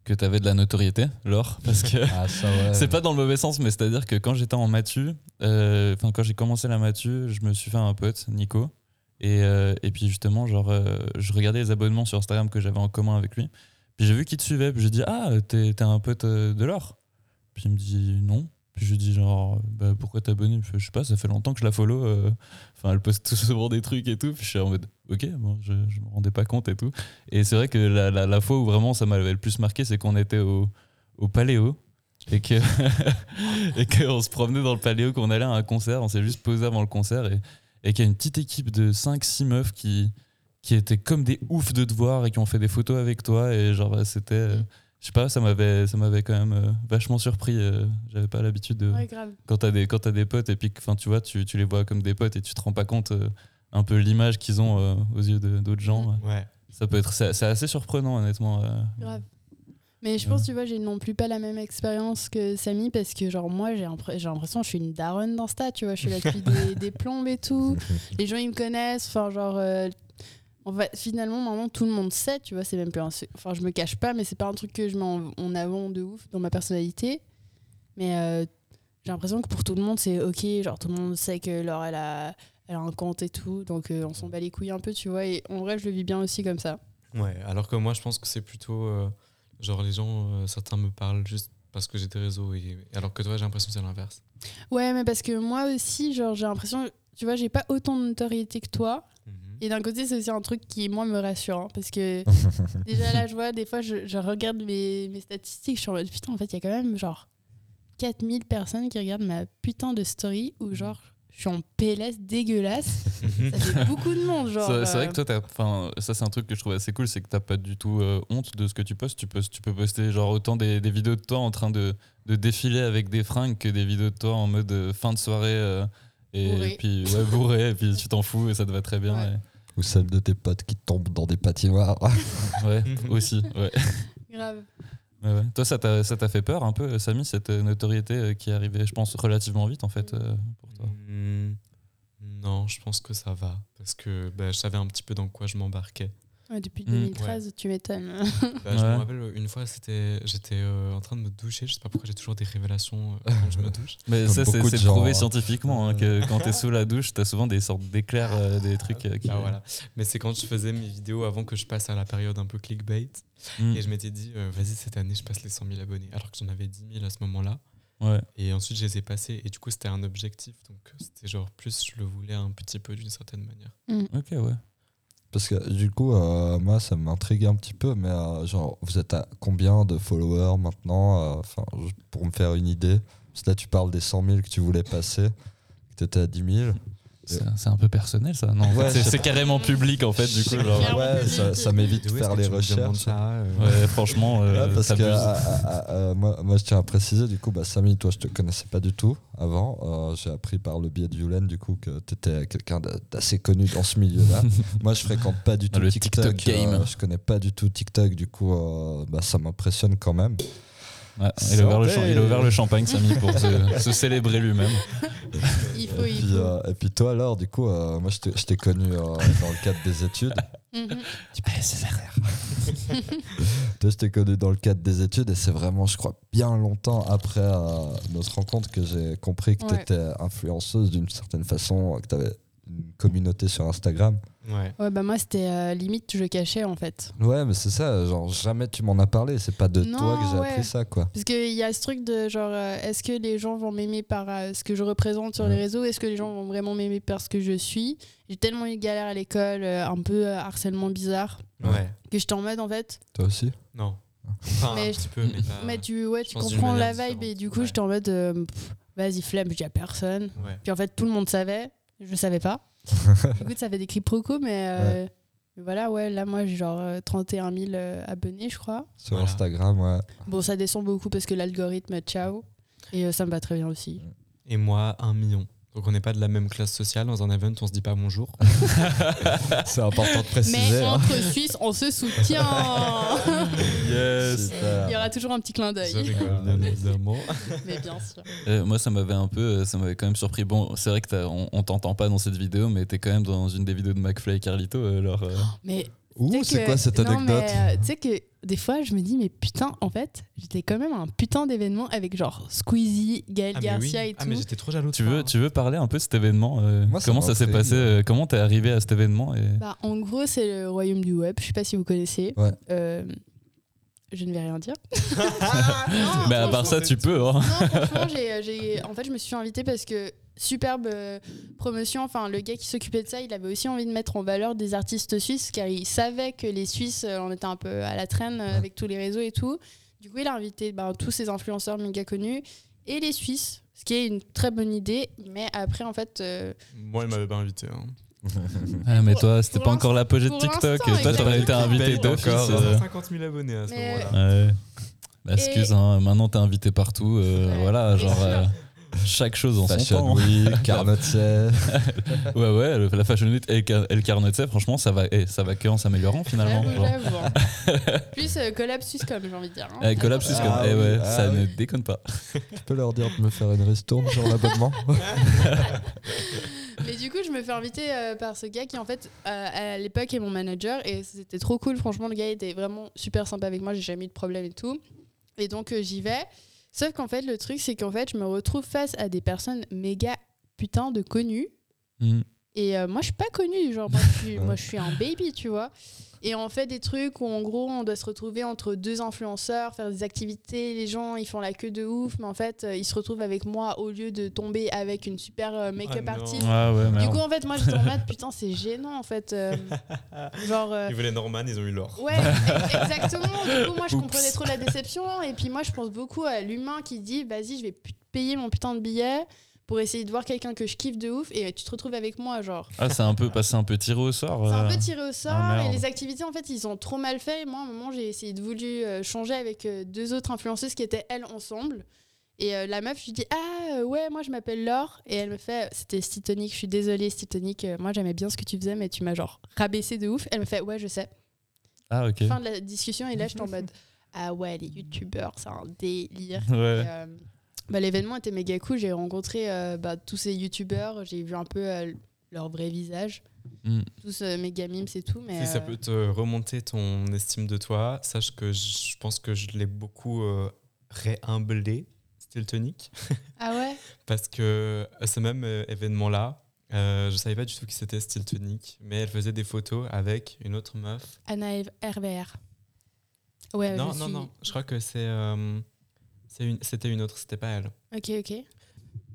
que tu avais de la notoriété, Laure, parce que
Ah, ça, ouais. *laughs*
c'est pas dans le mauvais sens, mais c'est-à-dire que quand j'étais en Mathieu, euh, enfin quand j'ai commencé la Mathieu, je me suis fait un pote, Nico, et, euh, et puis justement, genre, euh, je regardais les abonnements sur Instagram que j'avais en commun avec lui, puis j'ai vu qu'il te suivait, puis j'ai dit ah t'es t'es un pote euh, de Laure, puis il me dit non, puis je lui dis genre bah, pourquoi t'es abonné, Il me fait, je sais pas, ça fait longtemps que je la follow, euh, enfin elle poste *laughs* tout souvent des trucs et tout, puis je suis en mode ok, bon, je, je me rendais pas compte et tout, et c'est vrai que la, la, la fois où vraiment ça m'avait le plus marqué, c'est qu'on était au, au Paléo. Et que *laughs* et qu'on se promenait dans le paléo, qu'on allait à un concert, on s'est juste posé avant le concert et, et qu'il y a une petite équipe de 5-6 meufs qui, qui étaient comme des oufs de te voir et qui ont fait des photos avec toi. Et genre, c'était. euh, je sais pas, ça m'avait ça m'avait quand même euh, vachement surpris. euh, J'avais pas l'habitude de.
Ouais, grave.
Quand t'as des, quand t'as des potes et puis que, enfin, tu vois, tu, tu les vois comme des potes et tu te rends pas compte euh, un peu l'image qu'ils ont euh, aux yeux de- d'autres gens. bah.
Ouais.
Ça peut être. C'est c'est assez surprenant, honnêtement. euh.
Grave. Mais je pense, tu vois, j'ai non plus pas la même expérience que Samy parce que, genre, moi, j'ai impr- j'ai l'impression que je suis une daronne d'Insta, tu vois. Je suis là depuis des, des plombes et tout. Les gens, ils me connaissent. Enfin, genre, euh, en fait, finalement, maintenant, tout le monde sait, tu vois. C'est même plus un. sec- Enfin, je me cache pas, mais c'est pas un truc que je mets en, en avant de ouf dans ma personnalité. Mais euh, j'ai l'impression que pour tout le monde, c'est OK. Genre, tout le monde sait que Laure, elle a, elle a un compte et tout. Donc, euh, on s'en bat les couilles un peu, tu vois. Et en vrai, je le vis bien aussi comme ça.
Ouais, alors que moi, je pense que c'est plutôt. euh, genre, les gens, euh, certains me parlent juste parce que j'ai des réseaux. Et, alors que toi, j'ai l'impression que c'est l'inverse.
Ouais, mais parce que moi aussi, genre, j'ai l'impression, tu vois, j'ai pas autant de notoriété que toi.
Mhm.
Et d'un côté, c'est aussi un truc qui, moi, me rassure. hein,
*laughs*
parce que déjà, là, je vois, des fois, je, je regarde mes, mes statistiques, je suis en mode putain, en fait, il y a quand même, genre, 4000 personnes qui regardent ma putain de story où, genre, je suis en PLS dégueulasse. Ça
*laughs*
fait beaucoup de monde, genre.
C'est c'est vrai
euh,
que toi, t'as- enfin, ça c'est un truc que je trouve assez cool, c'est que t'as pas du tout euh, honte de ce que tu postes. Tu peux, tu peux poster genre autant des, des vidéos de toi en train de, de défiler avec des fringues que des vidéos de toi en mode euh, fin de soirée euh, et,
Bourré.
puis ouais, bourré et puis tu t'en fous et ça te va très bien.
Ouais.
Ou celle de tes potes qui tombent dans des patinoires.
et- ouais,
Mhm.
aussi. Ouais.
Grave.
Ouais, ouais. Toi, ça t'a ça t'a fait peur un peu, Samy, cette euh, notoriété euh, qui est arrivée, je pense, relativement vite en fait euh, pour toi.
Mm, Non, je pense que ça va. Parce que bah, je savais un petit peu dans quoi je *laughs* m'embarquais.
Ouais, depuis
Mm,
2013, tu
*laughs*
m'étonnes. hein.
Bah,
Ouais.
Je me rappelle, une fois, c'était, j'étais euh, en train de me doucher. Je sais pas pourquoi j'ai toujours des révélations euh, *laughs* quand je me douche.
Mais
Comme
ça, c'est
beaucoup de
c'est
gens,
prouvé
hein.
scientifiquement hein, que quand t'es sous la douche, t'as souvent des sortes d'éclairs, euh, des trucs euh, qui.
Ah, voilà. Mais c'est quand je faisais mes vidéos avant que je passe à la période un peu clickbait.
Mm.
Et je m'étais dit, euh, vas-y, cette année, je passe les 100 000 abonnés. Alors que j'en avais 10 000 à ce moment-là.
Ouais.
Et ensuite, je les ai passés. Et du coup, c'était un objectif. Donc, c'était genre plus, je le voulais un petit peu d'une certaine manière.
Ok, ouais.
Parce que du coup, euh, moi, ça m'intrigue un petit peu, mais euh, genre, vous êtes à combien de followers maintenant euh, Enfin, je- pour me faire une idée. Parce que là, tu parles des 100 000 que tu voulais passer, que tu étais à 10 000.
C'est c'est un peu personnel ça, non en
Ouais,
fait, c'est-
je sais
C'est carrément public en fait, du *laughs* coup. Genre,
clair.
Ouais, ça, ça m'évite de faire les recherches.
ouais, franchement, euh,
Ouais, parce que
t'abuses.
ah, ah, ah, euh, moi, moi, je tiens à préciser, du coup, bah, Samy, toi, je te connaissais pas du tout avant. Euh, J'ai appris par le biais de Yulen, du coup, que tu étais quelqu'un d'a- d'assez connu dans
*laughs*
ce milieu-là. moi, je fréquente pas du
Dans
tout
le
TikTok.
TikTok game.
euh, je connais pas du tout TikTok, du coup, euh, bah, ça m'impressionne quand même.
Ouais, il, a ouvert le champ- il a ouvert le champagne, Samy, pour
*laughs*
se, se célébrer lui-même.
Il
Et
faut, il
puis,
faut.
euh, et puis toi, alors, du coup, euh, moi, je t'ai- je t'ai connu euh, dans le cadre des études.
Mhm.
Toi, je t'ai connu dans le cadre des études et c'est vraiment, je crois, bien longtemps après euh, notre rencontre que j'ai compris que
Ouais.
tu étais influenceuse d'une certaine façon, euh, que tu avais une communauté sur Instagram.
Ouais.
Ouais, bah moi, c'était euh, limite, je cachais en fait.
Ouais, mais c'est ça, genre, jamais tu m'en as parlé. C'est pas de
Non,
toi que j'ai
ouais.
appris ça, quoi.
Parce qu'il y a ce truc de genre, euh, est-ce que les gens vont m'aimer par euh, ce que je représente sur
Ouais.
les réseaux Est-ce que les gens vont vraiment m'aimer par ce que je suis J'ai tellement eu de galères à l'école, euh, un peu euh, harcèlement bizarre,
Ouais.
que j'étais en mode en fait.
Toi aussi
Non. Enfin,
Mais
un
je-
petit peu, mais pas.
mais tu, ouais,
Ah, je
tu
pense d'une
comprends la
manière
vibe et
différente.
du coup,
Ouais.
j'étais en mode, euh, pff, vas-y, flemme, je dis à personne.
Ouais.
Puis en fait, tout le monde savait, je
*laughs*
savais pas. du coup, ça fait des quiproquos, mais euh, voilà, ouais, là, moi, j'ai genre euh, 31 000 euh, abonnés, je crois.
Sur
Voilà.
Instagram, ouais.
Bon, ça descend beaucoup parce que l'algorithme, ciao. Et euh, ça me va très bien aussi.
Et moi, un million. Donc, on n'est pas de la même classe sociale. Dans un event, on se dit pas bonjour.
*laughs* C'est important de
Mais
préciser. hein.
entre Suisses, on se soutient.
Yes
Super.
Il y aura toujours un petit clin
Je
d'œil.
rigole, bien évidemment.
Mais bien sûr.
Euh, moi, ça m'avait un peu, euh, ça m'avait quand même surpris. Bon, c'est vrai
Oh,
que t'as- on, on t'entend pas dans cette vidéo, mais t'es quand même dans une des vidéos de McFly et Carlito, euh, alors. euh,
Mais
Ouh,
Tu sais
c'est
que-
quoi cette
non,
anecdote
mais, euh, Tu sais que des fois, je me dis, mais putain, en fait, j'étais quand même à un putain d'événement avec genre Squeezie, Gaël
Ah, mais oui.
Garcia et
Ah,
tout.
mais j'étais trop jaloux. de
Tu
toi.
veux, tu veux parler un peu de cet événement euh,
Moi, ça
Comment
m'a
ça s'est
intrigué.
passé euh, Comment t'es arrivé à cet événement et...
Bah, en gros, c'est le royaume du web. Je sais pas si vous connaissez.
Ouais.
Euh, je ne vais rien dire. *laughs* Ah,
Mais Bah, à part ça, tu peux. hein.
Non, franchement, j'ai- euh, j'ai- en fait, je me suis invitée parce que superbe euh, promotion. Enfin, le gars qui s'occupait de ça, il avait aussi envie de mettre en valeur des artistes suisses car il savait que les Suisses, euh, on était un peu à la traîne euh,
Ouais.
avec tous les réseaux et tout. Du coup, il a invité ben, tous ces influenceurs méga connus et les Suisses, ce qui est une très bonne idée. Mais après, en fait, euh,
Moi, il m'avait pas invité. hein.
Ah, mais
Pour-
toi, c'était
pour
pas encore l'apogée de
pour
TikTok.
l'instant,
Et toi, t'aurais été
exactement.
invité
Belle
d'accord.
fille,
euh,
150 000 abonnés à ce
Mais-
moment-là.
Ouais. Bah, excuse,
hein. Et-
hein, maintenant t'es invité partout. euh,
Ouais,
voilà,
bien
genre
sûr.
euh, chaque chose en son
Fashion
temps. hein. *laughs*
*laughs* Week, Carnotier.
Ouais, ouais, le- la Fashion Week et Car- et le Carnotzet, franchement, ça va, eh, ça va que en s'améliorant finalement.
j'avoue,
genre.
j'avoue, hein. Plus euh, collab suisse, comme j'ai envie de dire. hein.
Eh, collab Suisse,
Ah
comme- eh
oui,
ouais,
ah
ça
oui.
ne déconne pas.
tu peux leur dire de me faire une ristourne sur l'abonnement
Mais du coup, je me fais inviter euh, par ce gars qui, en fait, euh, à l'époque, est mon manager. Et c'était trop cool. Franchement, le gars était vraiment super sympa avec moi. J'ai jamais eu de problème et tout. Et donc, euh, j'y vais. Sauf qu'en fait, le truc, c'est qu'en fait, je me retrouve face à des personnes méga putain de connues.
Mm.
Et euh, moi, je suis pas connue. Genre, moi,
*laughs*
je suis, moi, je suis un baby, tu vois. Et on fait des trucs où, en gros, on doit se retrouver entre deux influenceurs, faire des activités. Les gens, ils font la queue de ouf. Mais en fait, euh, ils se retrouvent avec moi au lieu de tomber avec une super euh, make-up
Ah non.
artist.
Ah ouais,
Du
merde.
coup, en fait, moi, j'étais en mode, putain, c'est gênant, en fait. euh, genre... euh,
Ils voulaient Norman, ils ont eu l'or.
Ouais, ex- exactement. Du coup, moi, je
Oups.
comprenais trop la déception. Et puis, moi, je pense beaucoup à l'humain qui dit, vas-y, je vais pu- payer mon putain de billet pour essayer de voir quelqu'un que je kiffe de ouf. Et tu te retrouves avec moi, genre.
Ah, c'est un peu passé un peu tiré au sort.
C'est un
euh.
peu tiré au sort
Ah,
et
merde.
les activités en fait ils ont trop mal fait. Et moi à un moment j'ai essayé de voulu euh, changer avec euh, deux autres influenceuses qui étaient elles ensemble. Et euh, la meuf je lui dis ah euh, ouais moi je m'appelle Laure et elle me fait c'était Stytonique je suis désolée Stytonique euh, moi j'aimais bien ce que tu faisais mais tu m'as genre rabaissé de ouf. Elle me fait ouais je sais.
Ah, ok.
Fin de la discussion et là je en mode ah ouais les youtubeurs c'est un délire. Et,
Ouais.
euh, bah, L'événement était méga cool. J'ai rencontré euh, bah, tous ces youtubeurs. J'ai vu un peu euh, leur vrai visage.
Mm.
Tous euh, méga mimes et tout. Mais,
Si ça
euh,
peut te remonter ton estime de toi, sache que je pense que je l'ai beaucoup euh, réhumblé, c'était le tonique,
Ah ouais
parce que à ce même euh, événement-là, euh, je savais pas du tout qui c'était Style Tonic, mais elle faisait des photos avec une autre meuf.
Anna Ev- RVR. Ouais,
non,
Bah, je
non,
suis-
non, je crois que c'est, euh, c'est une- c'était une autre, c'était pas elle.
Ok, ok.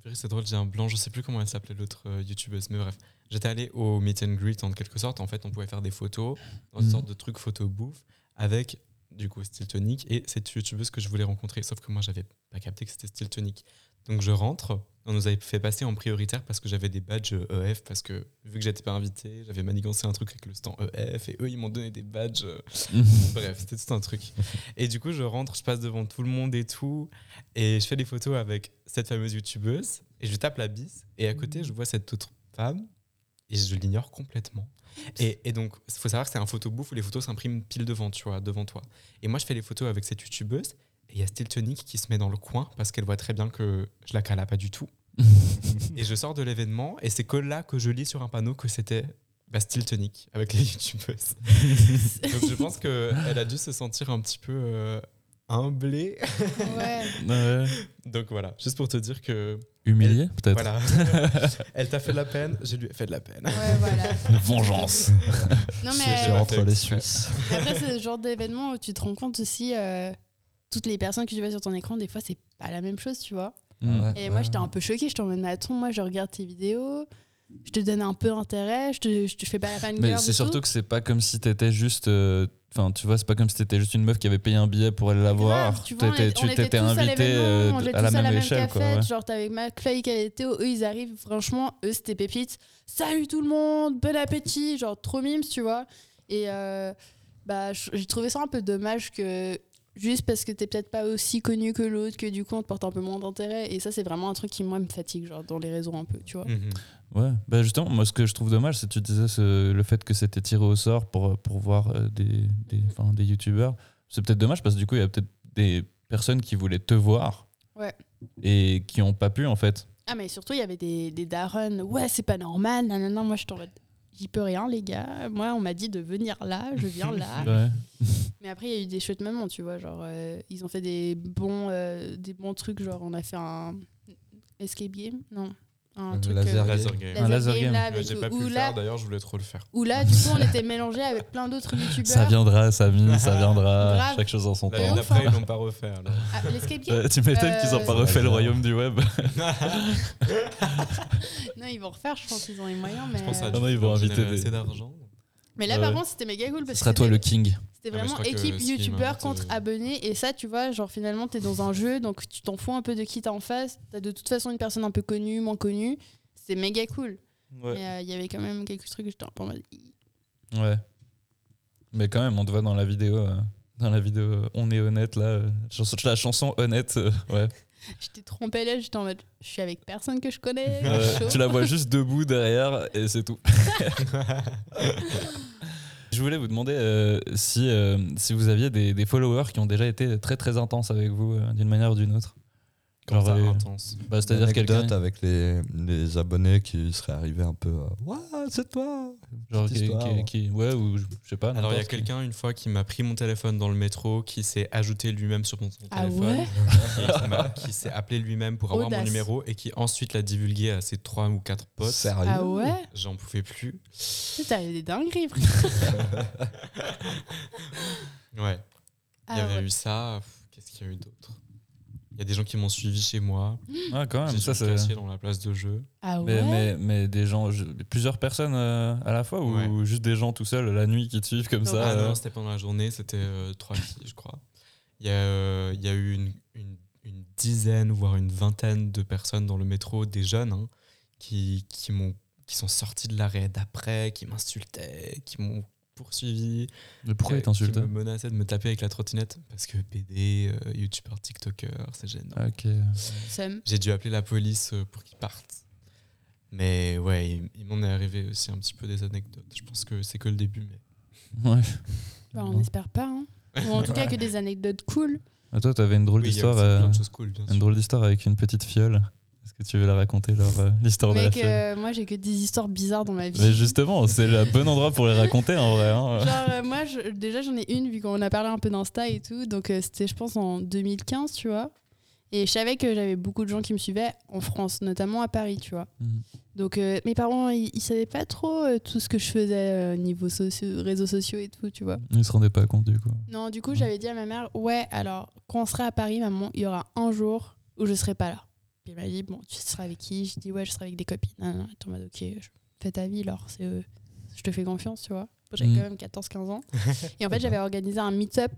Purée, C'est drôle, j'ai un blanc, je sais plus comment elle s'appelait l'autre euh, youtubeuse, mais bref. J'étais allé au meet and greet en quelque sorte. En fait, on pouvait faire des photos dans une
Mhm.
sorte de truc photo bouffe avec du coup Style Tonic et cette youtubeuse que je voulais rencontrer. Sauf que moi, j'avais pas capté que c'était Style Tonic. Donc je rentre. On nous avait fait passer en prioritaire parce que j'avais des badges EF parce que vu que j'étais pas invité, j'avais manigancé un truc avec le stand EF et eux ils m'ont donné des badges. euh, Bref, c'était tout un truc. Et du coup, je rentre, je passe devant tout le monde et tout, et je fais des photos avec cette fameuse youtubeuse, et je tape la bise, et à côté, je vois cette autre femme, et je l'ignore complètement. Et, et donc, il faut savoir que c'est un photo bouffe où les photos s'impriment pile devant, tu vois, devant toi. Et moi, je fais les photos avec cette youtubeuse, et il y a Stiltonic qui se met dans le coin parce qu'elle voit très bien que je la cala pas du tout. et je sors de l'événement, et c'est que là que je lis sur un panneau que c'était bah, Stiltonic avec les youtubeuses. Donc je pense qu'elle a dû se sentir un petit peu euh, humblée.
ouais.
Ouais.
Donc voilà, juste pour te dire que
Humilié, peut-être
voilà,
*laughs*
elle t'a fait de la peine, je lui ai fait de la peine.
Ouais, voilà.
Vengeance.
Non,
C'est
mais euh,
entre les Suisses.
après, c'est le genre d'événement où tu te rends compte aussi. euh, Toutes les personnes que tu vois sur ton écran, des fois, c'est pas la même chose, tu vois.
Mm.
Et moi, j'étais un peu choquée. Je t'emmène à ton, moi, je regarde tes vidéos, je te donne un peu d'intérêt, je te, je te fais pas la fangirl.
Mais c'est surtout que c'est pas comme si t'étais juste. euh, Enfin, tu vois, c'est pas comme si t'étais juste une meuf qui avait payé un billet pour aller la voir.
tu vois, on
T'étais-
est- on
tu
était
t'étais
tous à
invité
l'événement,
euh,
on était
à la
tous
même échelle, quoi.
cafette,
ouais.
Genre, t'es avec McFly, Caletteo, eux, ils arrivent, franchement, eux, c'était pépite. Salut tout le monde, bon appétit, genre, trop mimes, tu vois. Et euh, bah, j- j'ai trouvé ça un peu dommage que, juste parce que t'es peut-être pas aussi connu que l'autre, que du coup, on te porte un peu moins d'intérêt. Et ça, c'est vraiment un truc qui, moi, me fatigue, genre, dans les réseaux un peu, tu vois.
Ouais, bah justement, moi ce que je trouve dommage, c'est que tu disais ce- le fait que c'était tiré au sort pour, pour voir euh, des, des, enfin, des youtubeurs. C'est peut-être dommage parce que du coup, il y a peut-être des personnes qui voulaient te voir
Ouais.
et qui n'ont pas pu en fait.
Ah, mais surtout, il y avait des, des darons, ouais, c'est pas normal, nanana, moi, je t'en mode. J'y peux rien, les gars. Moi, on m'a dit de venir là, je viens là.
Ouais.
Mais après, il y a eu des chouettes moments, tu vois. Genre, euh, ils ont fait des bons, euh, des bons trucs. Genre, on a fait un escape game Non. Un
Un
truc.
laser
euh,
Laser game.
Un
laser,
laser
game,
game.
là,
Ouais,
avec,
J'ai pas pu
où,
le
là,
faire d'ailleurs, je voulais trop le faire.
où là, du coup, on était mélangés avec plein d'autres youtubeurs.
Ça viendra, Samy,
*laughs*
ça viendra.
Grave. Bah,
Chaque chose en son
L'année
temps.
Grave.
d'après, ils l'ont pas refait.
*laughs*
alors.
Ah, L'escape game
Euh, tu m'étonnes qu'ils ont
Euh,
pas refait le
Ouais.
royaume du web. *laughs*
Non, ils vont refaire, je pense qu'ils ont les moyens. Mais,
Je pense que ça a
Non,
dû
non, ils vont
générer
inviter des-
assez d'argent.
mais là,
Ouais,
par
ouais.
contre, c'était méga cool.
Ce
parce
sera
que
toi le
c'était-
king.
C'était
Ah, mais je
vraiment
crois que
équipe
ce qui
youtubeur
m'invite,
contre
euh,
abonnés. Et ça, tu vois, genre finalement, t'es dans un jeu, donc tu t'en fous un peu de qui t'as en face. T'as de toute façon une personne un peu connue, moins connue. C'était méga cool. Mais euh, il y avait quand même quelques trucs que j'étais un peu en mode. Hi.
Ouais. Mais quand même, on te voit dans la vidéo. euh, Dans la vidéo, euh, on est honnête là. euh, chanson- La chanson honnête, euh,
*laughs*
ouais.
J'étais trompée là, j'étais en mode. Je suis avec personne que je connais.
Euh,
chaud.
tu la vois juste debout derrière et c'est
*laughs*
tout. Je voulais vous demander euh, si, euh, si vous aviez des, des followers qui ont déjà été très très intenses avec vous euh, d'une manière ou d'une autre.
Quand
Genre, euh,
intense.
bah, C'est-à-dire quelqu'un
Anecdote avec les, les abonnés qui seraient arrivés un peu. euh, Ouah, c'est toi
genre,
Petite
qui,
histoire,
qui-
ouais.
qui- ouais, ou je je sais pas.
Alors, il y a
n'importe qui.
quelqu'un une fois qui m'a pris mon téléphone dans le métro, qui s'est ajouté lui-même sur mon son
Ah
téléphone,
ouais
et qui m'a- qui s'est appelé lui-même pour avoir mon
Audace.
numéro et qui ensuite l'a divulgué à ses trois ou quatre potes.
Sérieux
Ah ouais
J'en pouvais plus.
Tu sais, T'avais des
*laughs*
dingueries, frère.
Ouais. Il y
Ah
avait
ouais.
eu ça. Pff, Qu'est-ce qu'il y a eu d'autre Il y a des gens qui m'ont suivi chez moi.
Ah, quand même,
J'ai
ça
dû
c'est.
me cacher dans la place de jeu.
Ah
Mais,
ouais
mais, mais des gens, je- plusieurs personnes euh, à la fois ou
Ouais.
juste des gens tout seuls la nuit qui te suivent comme
Non.
ça
Ah
euh,
non, c'était pendant la journée, c'était euh, trois filles, je crois. Il y a, euh, il y a eu une, une- une dizaine, voire une vingtaine de personnes dans le métro, des jeunes, hein, qui, qui, m'ont, qui sont sortis de l'arrêt d'après, qui m'insultaient, qui m'ont poursuivi.
Mais pourquoi
euh,
ils t'insultent
Qui me menaçaient de me taper avec la trottinette, parce que PD, euh, youtubeur, tiktoker, c'est gênant.
Ah, Ok.
Seum.
J'ai dû appeler la police euh, pour qu'ils partent. Mais ouais, il, il m'en est arrivé aussi un petit peu des anecdotes. Je pense que c'est que le début, mais...
Ouais.
Bah, on espère pas. Hein. Ou en tout cas, que des anecdotes cool.
Ah, toi, t'avais une drôle
Oui, il y a
d'histoire,
aussi plein
euh,
de choses cool, bien
une
sûr.
drôle d'histoire avec une petite fiole. Est-ce que tu veux la raconter, genre, euh, l'histoire de la
Mec,
fiole
euh, moi, j'ai que des histoires bizarres dans ma vie.
Mais justement, c'est le bon endroit pour les raconter en vrai. hein.
*laughs* Genre, euh, moi, je- déjà, j'en ai une, vu qu'on a parlé un peu d'Insta et tout. Donc, euh, c'était, je pense, en 2015, tu vois. Et je savais que j'avais beaucoup de gens qui me suivaient en France, notamment à Paris, tu vois.
Mhm.
Donc, euh, mes parents, ils, ils savaient pas trop euh, tout ce que je faisais euh, niveau socio- réseaux sociaux et tout, tu vois.
Ils se rendaient pas compte du coup.
Non, du coup,
Mm.
j'avais dit à ma mère, ouais, alors, quand on sera à Paris, maman, il y aura un jour où je serai pas là. Puis elle m'a dit, bon, tu seras avec qui Je dis, ouais, je serai avec des copines. Non, non, elle est en mode, ok, je- fais ta vie, alors, c'est, euh, je te fais confiance, tu vois. J'avais
Mm.
quand même
*laughs*
14-15 ans. Et en fait, j'avais organisé un meet-up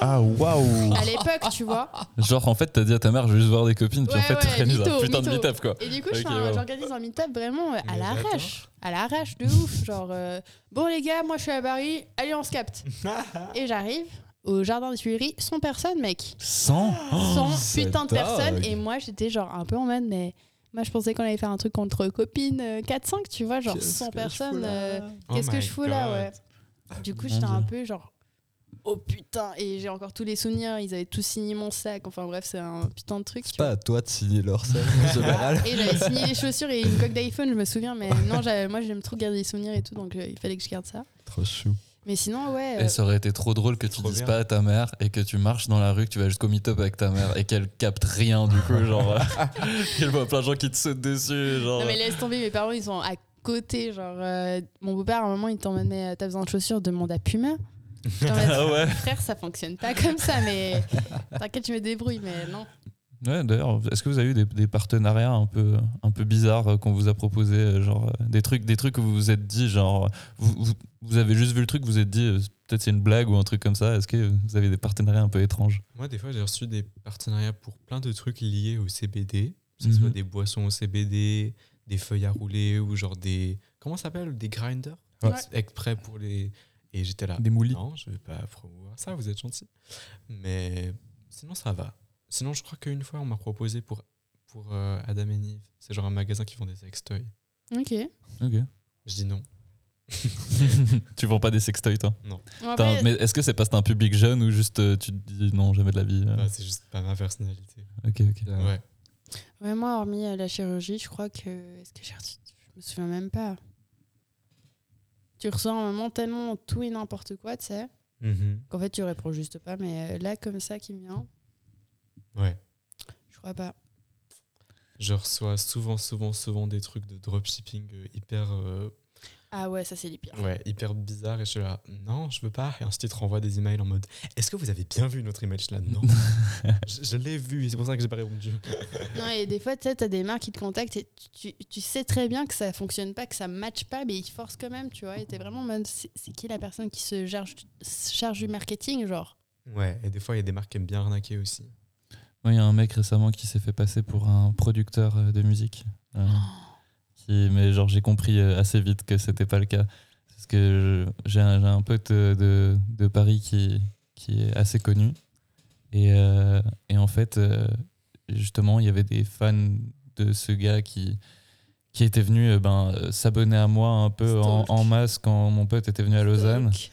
Ah waouh *laughs*
à l'époque, tu vois.
Genre en fait t'as dit à ta mère je vais juste voir des copines puis en
Ouais,
fait
ouais,
t'organises un
mytho,
putain de
mytho.
meet-up quoi.
Et du coup, je
Ok,
fais un-
wow.
j'organise un meet-up vraiment euh, à
Mais
l'arrache. À l'arrache, de ouf. Genre, euh, bon les gars, moi je suis à Paris, allez, on
*laughs*
se capte. Et j'arrive au jardin des Tuileries, sans personne, mec.
Sans
sans
Oh, c'est
putain de
dingue.
personnes. Et moi, j'étais genre un peu en mode, mais moi, je pensais qu'on allait faire un truc entre copines euh, 4-5, tu vois, genre
Qu'est-ce
100
que je fous
personnes.
là
euh,
Oh
Qu'est-ce que
my
je fous là,
God.
ouais. Du coup,
Mon
j'étais un
Dieu.
peu genre, oh putain, et j'ai encore tous les souvenirs, ils avaient tous signé mon sac. Enfin bref, c'est un putain de truc.
C'est
tu
pas
vois.
à toi de signer leur scène *laughs* en général.
Et j'avais signé les chaussures et une coque d'iPhone, je me souviens,
*laughs*
mais non, j'avais- moi j'aime trop garder les souvenirs et tout, donc euh, il fallait que je garde ça.
Trop chou.
Mais sinon, ouais. euh,
Et ça aurait été trop drôle que tu
Trop
dises
bien.
pas à ta mère et que tu marches dans la rue, que tu vas jusqu'au meet-up avec ta mère et qu'elle capte rien du coup, *laughs* genre euh, qu'elle voit plein de gens qui te sautent dessus, genre.
Non mais laisse tomber, mes parents ils sont à côté. Genre, euh, mon beau-père à un moment il t'emmène, mais euh, t'as besoin de chaussures, demande à Puma.
*laughs*
J'étais en mode,
Ah ouais.
Frère, ça fonctionne pas comme
*laughs*
ça, mais t'inquiète, je me débrouille, mais non.
Ouais, d'ailleurs, est-ce que vous avez eu des, des partenariats un peu, un peu bizarres euh, qu'on vous a proposé, euh, genre euh, des trucs, des trucs où vous vous êtes dit, genre vous, vous, vous avez juste vu le truc, vous vous êtes dit euh, peut-être c'est une blague ou un truc comme ça. Est-ce que vous avez des partenariats un peu étranges
Moi, des fois, j'ai reçu des partenariats pour plein de trucs liés au CBD, que ce soit
Mhm.
des boissons au CBD, des feuilles à rouler ou genre des. Comment ça s'appelle Des grinders
Ouais.
Exprès pour les. Et j'étais là.
Des moulis.
Non, je vais pas promouvoir ça, vous êtes gentil. Mais sinon, ça va. Sinon, je crois qu'une fois, on m'a proposé pour, pour euh, Adam et Nive. C'est genre un magasin qui vend des sextoys.
Ok.
Ok.
Je dis non.
tu vends pas des sextoys, toi
Bon,
T'as un-
après,
Mais est-ce que c'est parce que t'as un public jeune ou juste euh, tu te dis non jamais de la vie euh,
Bah, c'est juste pas ma personnalité.
Ok, ok.
Ouais.
ouais, moi, hormis euh, la chirurgie, je crois que. Est-ce que j'ai reçu- Je me souviens même pas. tu ressens un moment tellement tout et n'importe quoi, tu sais,
Mhm.
qu'en fait, tu réponds juste pas. Mais euh, là, comme ça qui me vient,
Ouais.
je crois pas.
Je reçois souvent, souvent, souvent des trucs de dropshipping euh, hyper, euh,
Ah ouais, ça, c'est les pires.
ouais, hyper bizarres et je suis là, non, je veux pas. Et ensuite, ils te renvoient des emails en mode, est-ce que vous avez bien vu notre image là
*laughs*
Non. je je l'ai vu, et c'est pour ça que j'ai pas répondu.
Non, et des fois, tu sais, t'as des marques qui te contactent et tu, tu- tu sais très bien que ça fonctionne pas, que ça matche pas, mais ils forcent quand même, tu vois. Et t'es vraiment en mode, c'est c'est qui la personne qui se charge, se charge du marketing, genre
Ouais, et des fois, il y a des marques qui aiment bien arnaquer aussi.
Ouais, Il y a un mec récemment qui s'est fait passer pour un producteur euh, de musique. Euh, qui- mais genre, j'ai compris euh, assez vite que c'était pas le cas. Parce que je- j'ai un, j'ai un pote euh, de, de Paris qui, qui est assez connu. Et, euh, et en fait, euh, justement, il y avait des fans de ce gars qui, qui étaient venus euh, ben, euh, s'abonner à moi un peu en,
Stalk.
en masse quand mon pote était venu à Lausanne.
Donc,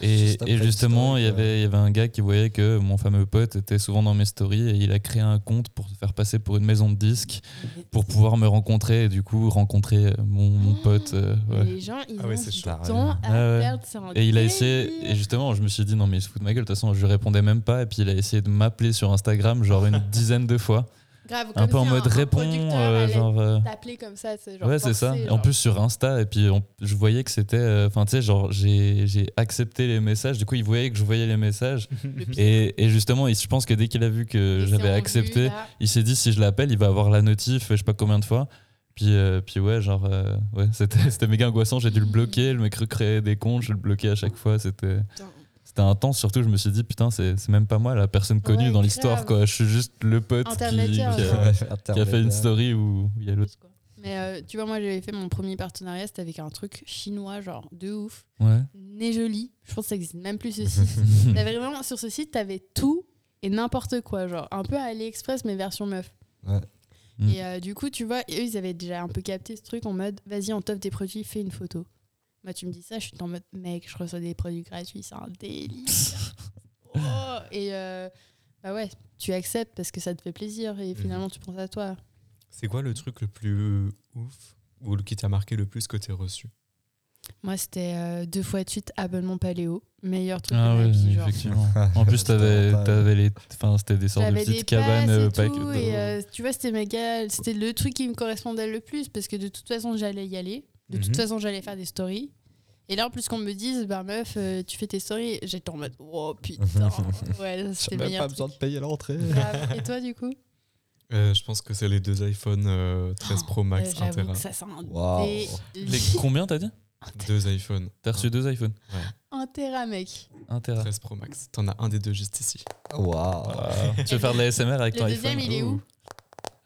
Et,
Juste
et
après
justement,
l'historique,
il y, avait, il y avait un gars qui voyait que mon fameux pote était souvent dans mes stories et il a créé un compte pour se faire passer pour une maison de disques pour pouvoir me rencontrer et du coup rencontrer euh, mon, mon
Ah,
pote. euh, ouais.
Les gens, ils
Ah ouais,
ont
c'est
du
chaud.
temps à
Ah ouais.
perdre, c'est un
Et il a
délire.
essayé, et justement, je me suis dit non, mais il se fout de ma gueule. De toute façon, je lui répondais même pas. Et puis il a essayé de m'appeler sur Instagram, genre
*laughs*
une dizaine de fois.
Grave,
Un
comme
peu en
si
mode
un
réponds,
producteur
euh,
allait
genre. euh,
T'appeler comme ça, c'est genre.
ouais, c'est ça.
forcé,
En
genre.
plus sur Insta, et puis on- je voyais que c'était. euh, Enfin, tu sais, genre, j'ai j'ai accepté les messages. Du coup, il voyait que je voyais les messages. et, et justement, il- je pense que dès qu'il a vu que
Et c'est
j'avais
en vue,
accepté,
là.
il s'est dit si je l'appelle, il va avoir la notif, je sais pas combien de fois. Puis, euh, puis ouais, genre, euh, ouais, *laughs* c'était c'était méga angoissant. J'ai dû le bloquer, le mec recréer des comptes, je le bloquais à chaque fois. C'était
Putain.
c'était intense. Surtout, je me suis dit, putain, c'est c'est même pas moi la personne connue
Ouais,
dans
grave.
l'histoire, quoi. Je suis juste le pote qui, qui
Intermédiaire,
a,
genre.
qui a fait une story où il y a l'autre.
Mais euh, tu vois, moi j'avais fait mon premier partenariat, c'était avec un truc chinois, genre de ouf.
Ouais.
Né joli. Je pense que ça existe même plus ce site.
*laughs*
Mais vraiment, sur ce site, t'avais tout et n'importe quoi. Genre un peu à AliExpress, mais version meuf.
Ouais.
Mm.
Et euh, du coup, tu vois, eux ils avaient déjà un peu capté ce truc en mode vas-y, on t'offre des produits, fais une photo. Moi, tu me dis ça, je suis en mode mec, je reçois des produits gratuits, c'est un délire.
*laughs*
Oh, et euh, bah ouais, tu acceptes parce que ça te fait plaisir
Mhm.
et finalement tu penses à toi.
C'est quoi le truc le plus ouf ou le qui t'a marqué le plus que t'es reçu
Moi, c'était euh, deux fois de suite abonnement paléo, meilleur truc
Ah
de ma
ouais,
vie. genre.
effectivement. *laughs* En plus, t'avais, t'avais les, enfin, c'était des sortes de
J'avais des
petites cabanes euh,
passes et
pack-
tout,
de-
et, euh, tu vois, c'était méga, c'était le truc qui me correspondait le plus parce que de toute façon, j'allais y aller. De toute
Mhm.
façon, j'allais faire des stories. Et là, en plus qu'on me dise, bah meuf, euh, tu fais tes stories, j'étais en mode, oh
*laughs*
putain, ouais, ça, c'était le meilleur. truc.
payer l'entrée.
Grave. Et toi, du coup
Euh, Je pense que c'est les deux iPhone euh,
Oh,
13 Pro Max
Euh,
1
J'avoue
Tera.
que ça, c'est un
Waouh.
*laughs*
Les,
délire.
combien t'as dit
Deux iPhone.
T'as reçu deux iPhones
Un téra, mec.
Un Tera.
13 Pro Max. T'en as un des deux juste ici.
Waouh.
*laughs*
Tu veux faire de la SMR avec
Le
ton iPhone
deuxième, il est où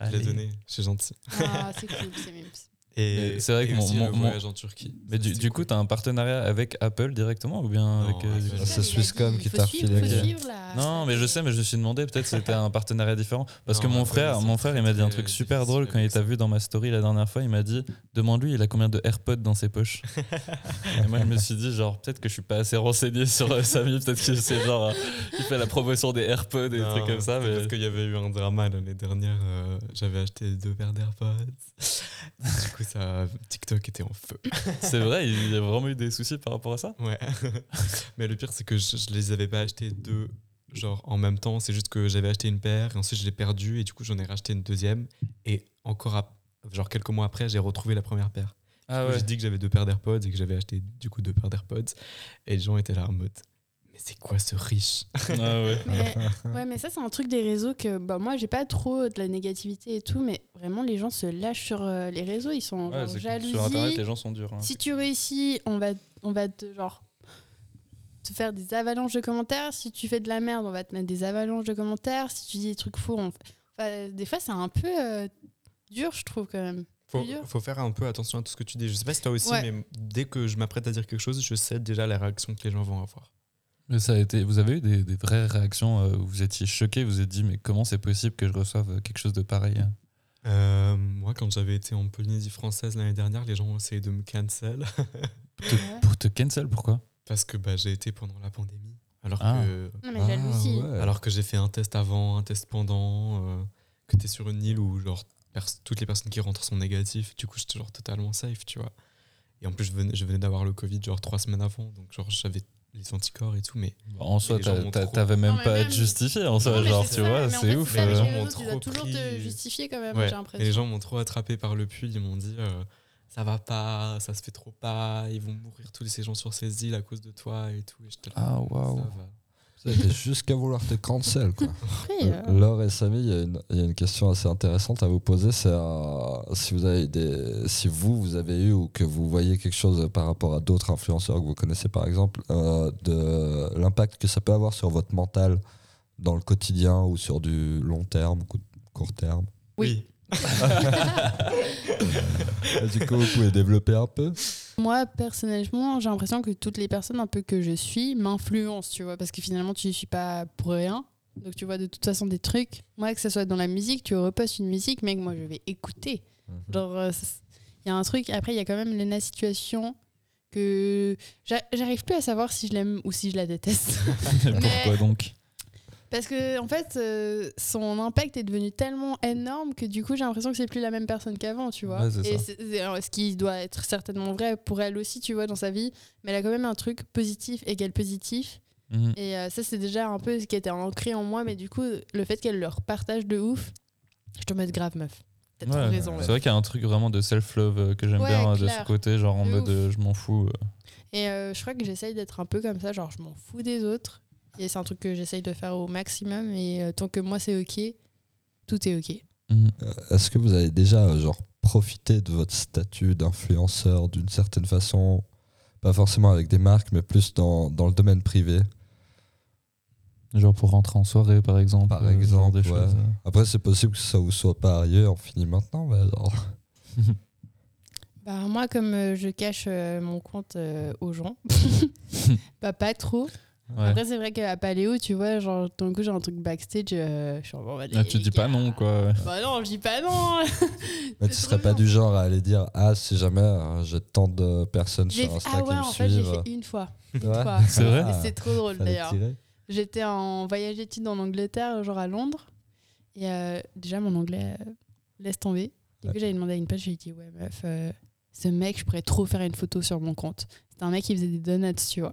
Je
Allez.
l'ai donné. Je suis gentil.
Ah, c'est cool, c'est même.
Et
Euh, c'est vrai que
et
mon-
aussi
mon-
le
mon-
voyage en Turquie.
Mais du, du coup, t'as un partenariat avec Apple directement ou bien
Non,
avec. euh,
Apple.
C'est Swisscom qui t'a
t'a
refilé.
Ok.
là.
Non, mais je sais, mais je me suis demandé,
*laughs*
peut-être c'était un partenariat différent. Parce que
Non,
mon
Apple,
frère,
c'est
mon frère, il m'a dit un
très
truc super
difficile
drôle quand il
avec
t'a vu dans ma story la dernière fois. Il m'a dit Demande-lui, il a combien de AirPods dans ses
*laughs*
poches Et moi, je me suis dit, genre, peut-être que je suis pas assez renseigné sur euh, sa vie. Peut-être que c'est genre, euh, il fait la promotion des AirPods et des
Non,
trucs comme ça.
c'est
Mais...
Parce qu'il y avait eu un drama l'année dernière. euh, J'avais acheté deux paires d'AirPods. du coup, ça, TikTok était en
*laughs*
feu.
C'est vrai, il y a vraiment eu des soucis par rapport à ça.
Ouais. *laughs* Mais le pire, c'est que je, je les avais pas achetés deux, genre en même temps. C'est juste que j'avais acheté une paire et ensuite je l'ai perdue et du coup j'en ai racheté une deuxième. Et encore, ap- genre quelques mois après, j'ai retrouvé la première paire.
Ah
Du coup, J'ai dit que j'avais deux paires d'AirPods et que j'avais acheté du coup deux paires d'AirPods. Et les gens étaient là en mode Mais c'est quoi ce riche
Ah ouais.
*laughs*
*laughs*
Mais, ouais, mais ça, c'est un truc des réseaux que bah, moi, j'ai pas trop de la négativité et tout, mais vraiment, les gens se lâchent sur euh, les réseaux. Ils sont
Ouais,
genre,
c'est-
jalousie.
sur internet, les gens sont durs. hein.
Si tu réussis, on va, on va te, genre, te faire des avalanches de commentaires. Si tu fais de la merde, on va te mettre des avalanches de commentaires. Si tu dis des trucs faux, on... enfin, des fois, c'est un peu euh, dur, je trouve, quand même.
faut,
Plusieurs.
faut faire un peu attention à tout ce que tu dis. Je sais pas si toi aussi,
Ouais.
mais dès que je m'apprête à dire quelque chose, je sais déjà la réaction que les gens vont avoir.
Mais ça a été, vous avez eu des, des vraies réactions euh, où vous étiez choqué, vous vous êtes dit, mais comment c'est possible que je reçoive euh, quelque chose de pareil hein
Euh, moi, quand j'avais été en Polynésie française l'année dernière, les gens ont essayé de me cancel. *laughs*
Pour te cancel, pourquoi
Parce que bah, j'ai été pendant la pandémie. Alors
Ah.
que,
Non, mais jalousie.
Ah
alors que j'ai fait un test avant, un test pendant, euh, que t'es sur une île où genre, pers- toutes les personnes qui rentrent sont négatives. Du coup, j'étais genre totalement safe, tu vois. Et en plus, je venais, je venais d'avoir le Covid, genre trois semaines avant. Donc, genre, j'avais les anticorps et tout. Mais
Bah, En soi,
les gens
t'as-
m'ont
t'as-
trop-
t'avais même
Non, mais
pas à
même-
te justifier en soi,
Non, mais
genre,
c'est
tu
ça,
vois,
mais en
c'est
fait,
ouf.
c'est avec
euh.
gens
les
m'ont
autres, tu dois
trop
toujours te
pris.
justifier quand même,
Ouais.
j'ai
Et les
l'impression.
gens m'ont trop attrapé par le pull. Ils m'ont dit euh, ça va pas, ça se fait trop pas, ils vont mourir tous ces gens sur ces îles à cause de toi et tout. Et j'étais là,
Ah, waouh.
ça va.
C'était *laughs* jusqu'à vouloir te cancel, quoi.
Après, euh,
Laure et Samy, il y, a une- il y a une question assez intéressante à vous poser. C'est euh, si vous avez des, si vous vous avez eu ou que vous voyez quelque chose par rapport à d'autres influenceurs que vous connaissez, par exemple, euh, de l'impact que ça peut avoir sur votre mental dans le quotidien ou sur du long terme, cou- court terme.
Oui.
Et du coup, vous pouvez développer un peu.
Moi, personnellement, j'ai l'impression que toutes les personnes un peu que je suis m'influencent, tu vois, parce que finalement, tu ne suis pas pour rien. Donc, tu vois de toute façon des trucs. Moi, que ce soit dans la musique, tu repostes une musique, mec, moi, je vais écouter. Genre, euh, ça- il y a un truc. Après, il y a quand même Lena Situation que j'a- j'arrive plus à savoir si je l'aime ou si je la déteste.
*laughs* Pourquoi donc
Parce que en fait, euh, son impact est devenu tellement énorme que du coup, j'ai l'impression que c'est plus la même personne qu'avant, tu vois.
Ouais, c'est
et
ça.
c'est- c'est- alors, ce qui doit être certainement vrai pour elle aussi, tu vois, dans sa vie. Mais elle a quand même un truc positif égal positif.
Mhm.
Et euh, ça, c'est déjà un peu ce qui était ancré en moi. Mais du coup, le fait qu'elle le repartage de ouf, je te mets grave, meuf. T'as trop
Ouais,
raison.
C'est
meuf.
vrai qu'il y a un truc vraiment de self-love euh, que j'aime
Ouais,
bien euh, de ce
clair.
côté, genre en
De
mode
ouf.
euh, je m'en fous. euh.
Et euh, je crois que j'essaye d'être un peu comme ça, genre je m'en fous des autres. Et c'est un truc que j'essaye de faire au maximum. Et euh, tant que moi c'est ok, tout est ok.
Mmh.
Est-ce que vous avez déjà euh, genre profité de votre statut d'influenceur d'une certaine façon, pas forcément avec des marques, mais plus dans, dans le domaine privé?
Genre pour rentrer en soirée, par exemple.
Par
euh, ce genre de
exemple, ouais.
choses.
Après, c'est possible que ça vous soit pas arrivé, on finit maintenant,
*laughs*
mais alors.
Bah, moi, comme euh, je cache euh, mon compte euh,
*laughs*
aux gens, *laughs* bah, pas trop.
Ouais.
Après, c'est vrai qu'à Paléo, tu vois, genre, d'un coup, j'ai un truc backstage. euh, je suis en mode, bah,
Ah,
les
tu dis pas
gars.
non, quoi.
Bah non, je dis pas non.
Mais
C'est
tu
trop
serais pas
bien.
du genre à aller dire Ah, si jamais euh, j'ai tant de personnes
J'ai
sur
fait-
Insta
Ah ouais,
qui me
en fait, j'ai
suivent.
fait une fois.
Ouais.
fois.
C'est vrai
Et C'est trop drôle
Fallait
d'ailleurs.
tirer.
J'étais en voyage d'études en Angleterre, genre à Londres. Et euh, déjà, mon anglais euh, laisse tomber. Du coup,
Ouais.
j'avais demandé à une pote, j'ai dit, ouais, meuf, euh, ce mec, je pourrais trop faire une photo sur mon compte. C'était un mec qui faisait des donuts,
*laughs*
tu vois.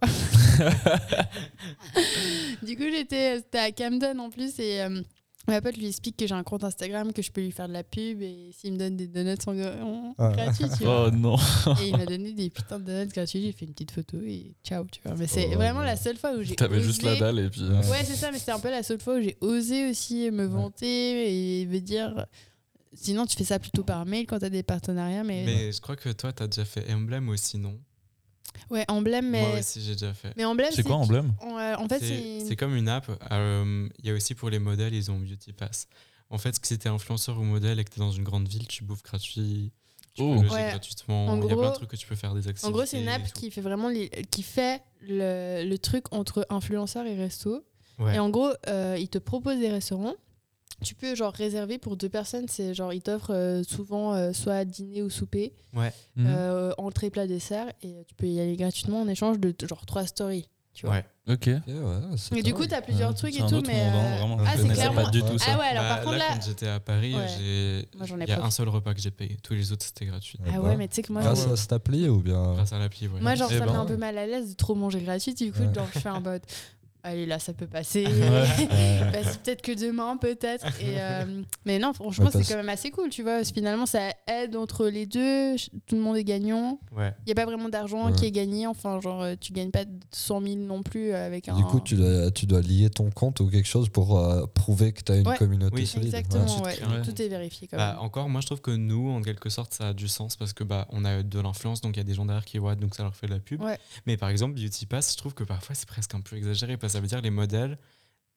du coup, j'étais euh, c'était à Camden en plus. Et euh, ma pote lui explique que j'ai un compte Instagram, que je peux lui faire de la pub. Et s'il me donne des donuts en, en-
Ah.
gratuits,
*laughs*
tu vois.
Oh non.
Et il m'a donné des putains de donuts gratuits. J'ai fait une petite photo et ciao, tu vois. Mais c'est
Oh,
vraiment
ouais.
la seule fois où j'ai.
T'avais juste la
osé-
dalle et puis. euh,
Ouais, c'est ça, mais c'était un peu la seule fois où j'ai osé aussi me vanter et me dire. Sinon, tu fais ça plutôt par mail quand t'as des partenariats, mais.
Mais je crois que toi, t'as déjà fait emblème aussi, non
Ouais, emblème, mais.
Moi aussi, j'ai déjà fait.
Mais emblème,
C'est quoi emblème
en, euh, en fait,
C'est
c'est.
c'est comme une app. euh, Il y a aussi pour les modèles, ils ont Beauty Pass. En fait, si t'es influenceur ou modèle et que t'es dans une grande ville, tu bouffes gratuit. Tu
Oh.
peux loger
Ouais.
gratuitement.
En
Il y a plein
gros-
de trucs que tu peux faire, des activités.
En gros, c'est une
et
app
tout.
qui fait vraiment. les- qui fait le, le truc entre influenceurs et resto.
Ouais.
Et en gros, euh, ils te proposent des restaurants. Tu peux genre réserver pour deux personnes. C'est genre, ils t'offrent euh, souvent euh, soit dîner ou souper.
Mhm.
euh, entrée, plat, dessert, et euh, tu peux y aller gratuitement en échange de t- genre trois stories. Tu vois.
Ouais.
Ok.
Ok, ouais, c'est
Mais du coup,
dingue.
tu as plusieurs
Ouais,
trucs
c'est
et
un
tout,
autre
mais.
monde, hein,
euh,
vraiment,
je
ah, c'est
connaissais
clairement.
pas du tout ça.
Ah ouais, alors
Bah,
par contre là.
quand j'étais à Paris,
Ouais.
j'ai
Moi, j'en ai
il y a
pas.
un seul repas que j'ai payé. Tous les autres, c'était gratuit.
Ouais.
Ah ouais, mais tu sais que moi,
Eh ben, Grâce
genre,
à cette appli ou bien.
Grâce à l'appli, ouais.
moi, genre,
Eh
ça me
ben.
met un peu mal à l'aise de trop manger gratuit, du coup,
Ouais.
genre, je fais un mode. Allez, là, ça peut passer.
Ouais.
*laughs* Bah, c'est peut-être que demain, peut-être. Et, euh, mais non, franchement,
Ouais, parce-
c'est quand même assez cool, tu vois. Finalement, ça aide entre les deux. ch- Tout le monde est gagnant.
Ouais.
Il n'y a pas vraiment d'argent
Ouais.
qui est gagné. Enfin, genre, euh, tu gagnes pas 100 000 non plus euh, avec un.
Du coup, tu dois, tu dois lier ton compte ou quelque chose pour euh, prouver que tu as une
Ouais.
communauté
Oui.
solide. Ouais.
Exactement, ouais.
crées un
compte.
Tout est vérifié quand
Bah,
même.
encore, moi je trouve que nous, en quelque sorte, ça a du sens parce que bah, on a de l'influence, donc il y a des gens derrière qui voient, donc ça leur fait de la pub.
Ouais.
Mais par exemple, Beauty Pass, je trouve que parfois c'est presque un peu exagéré parce que ça veut dire les modèles,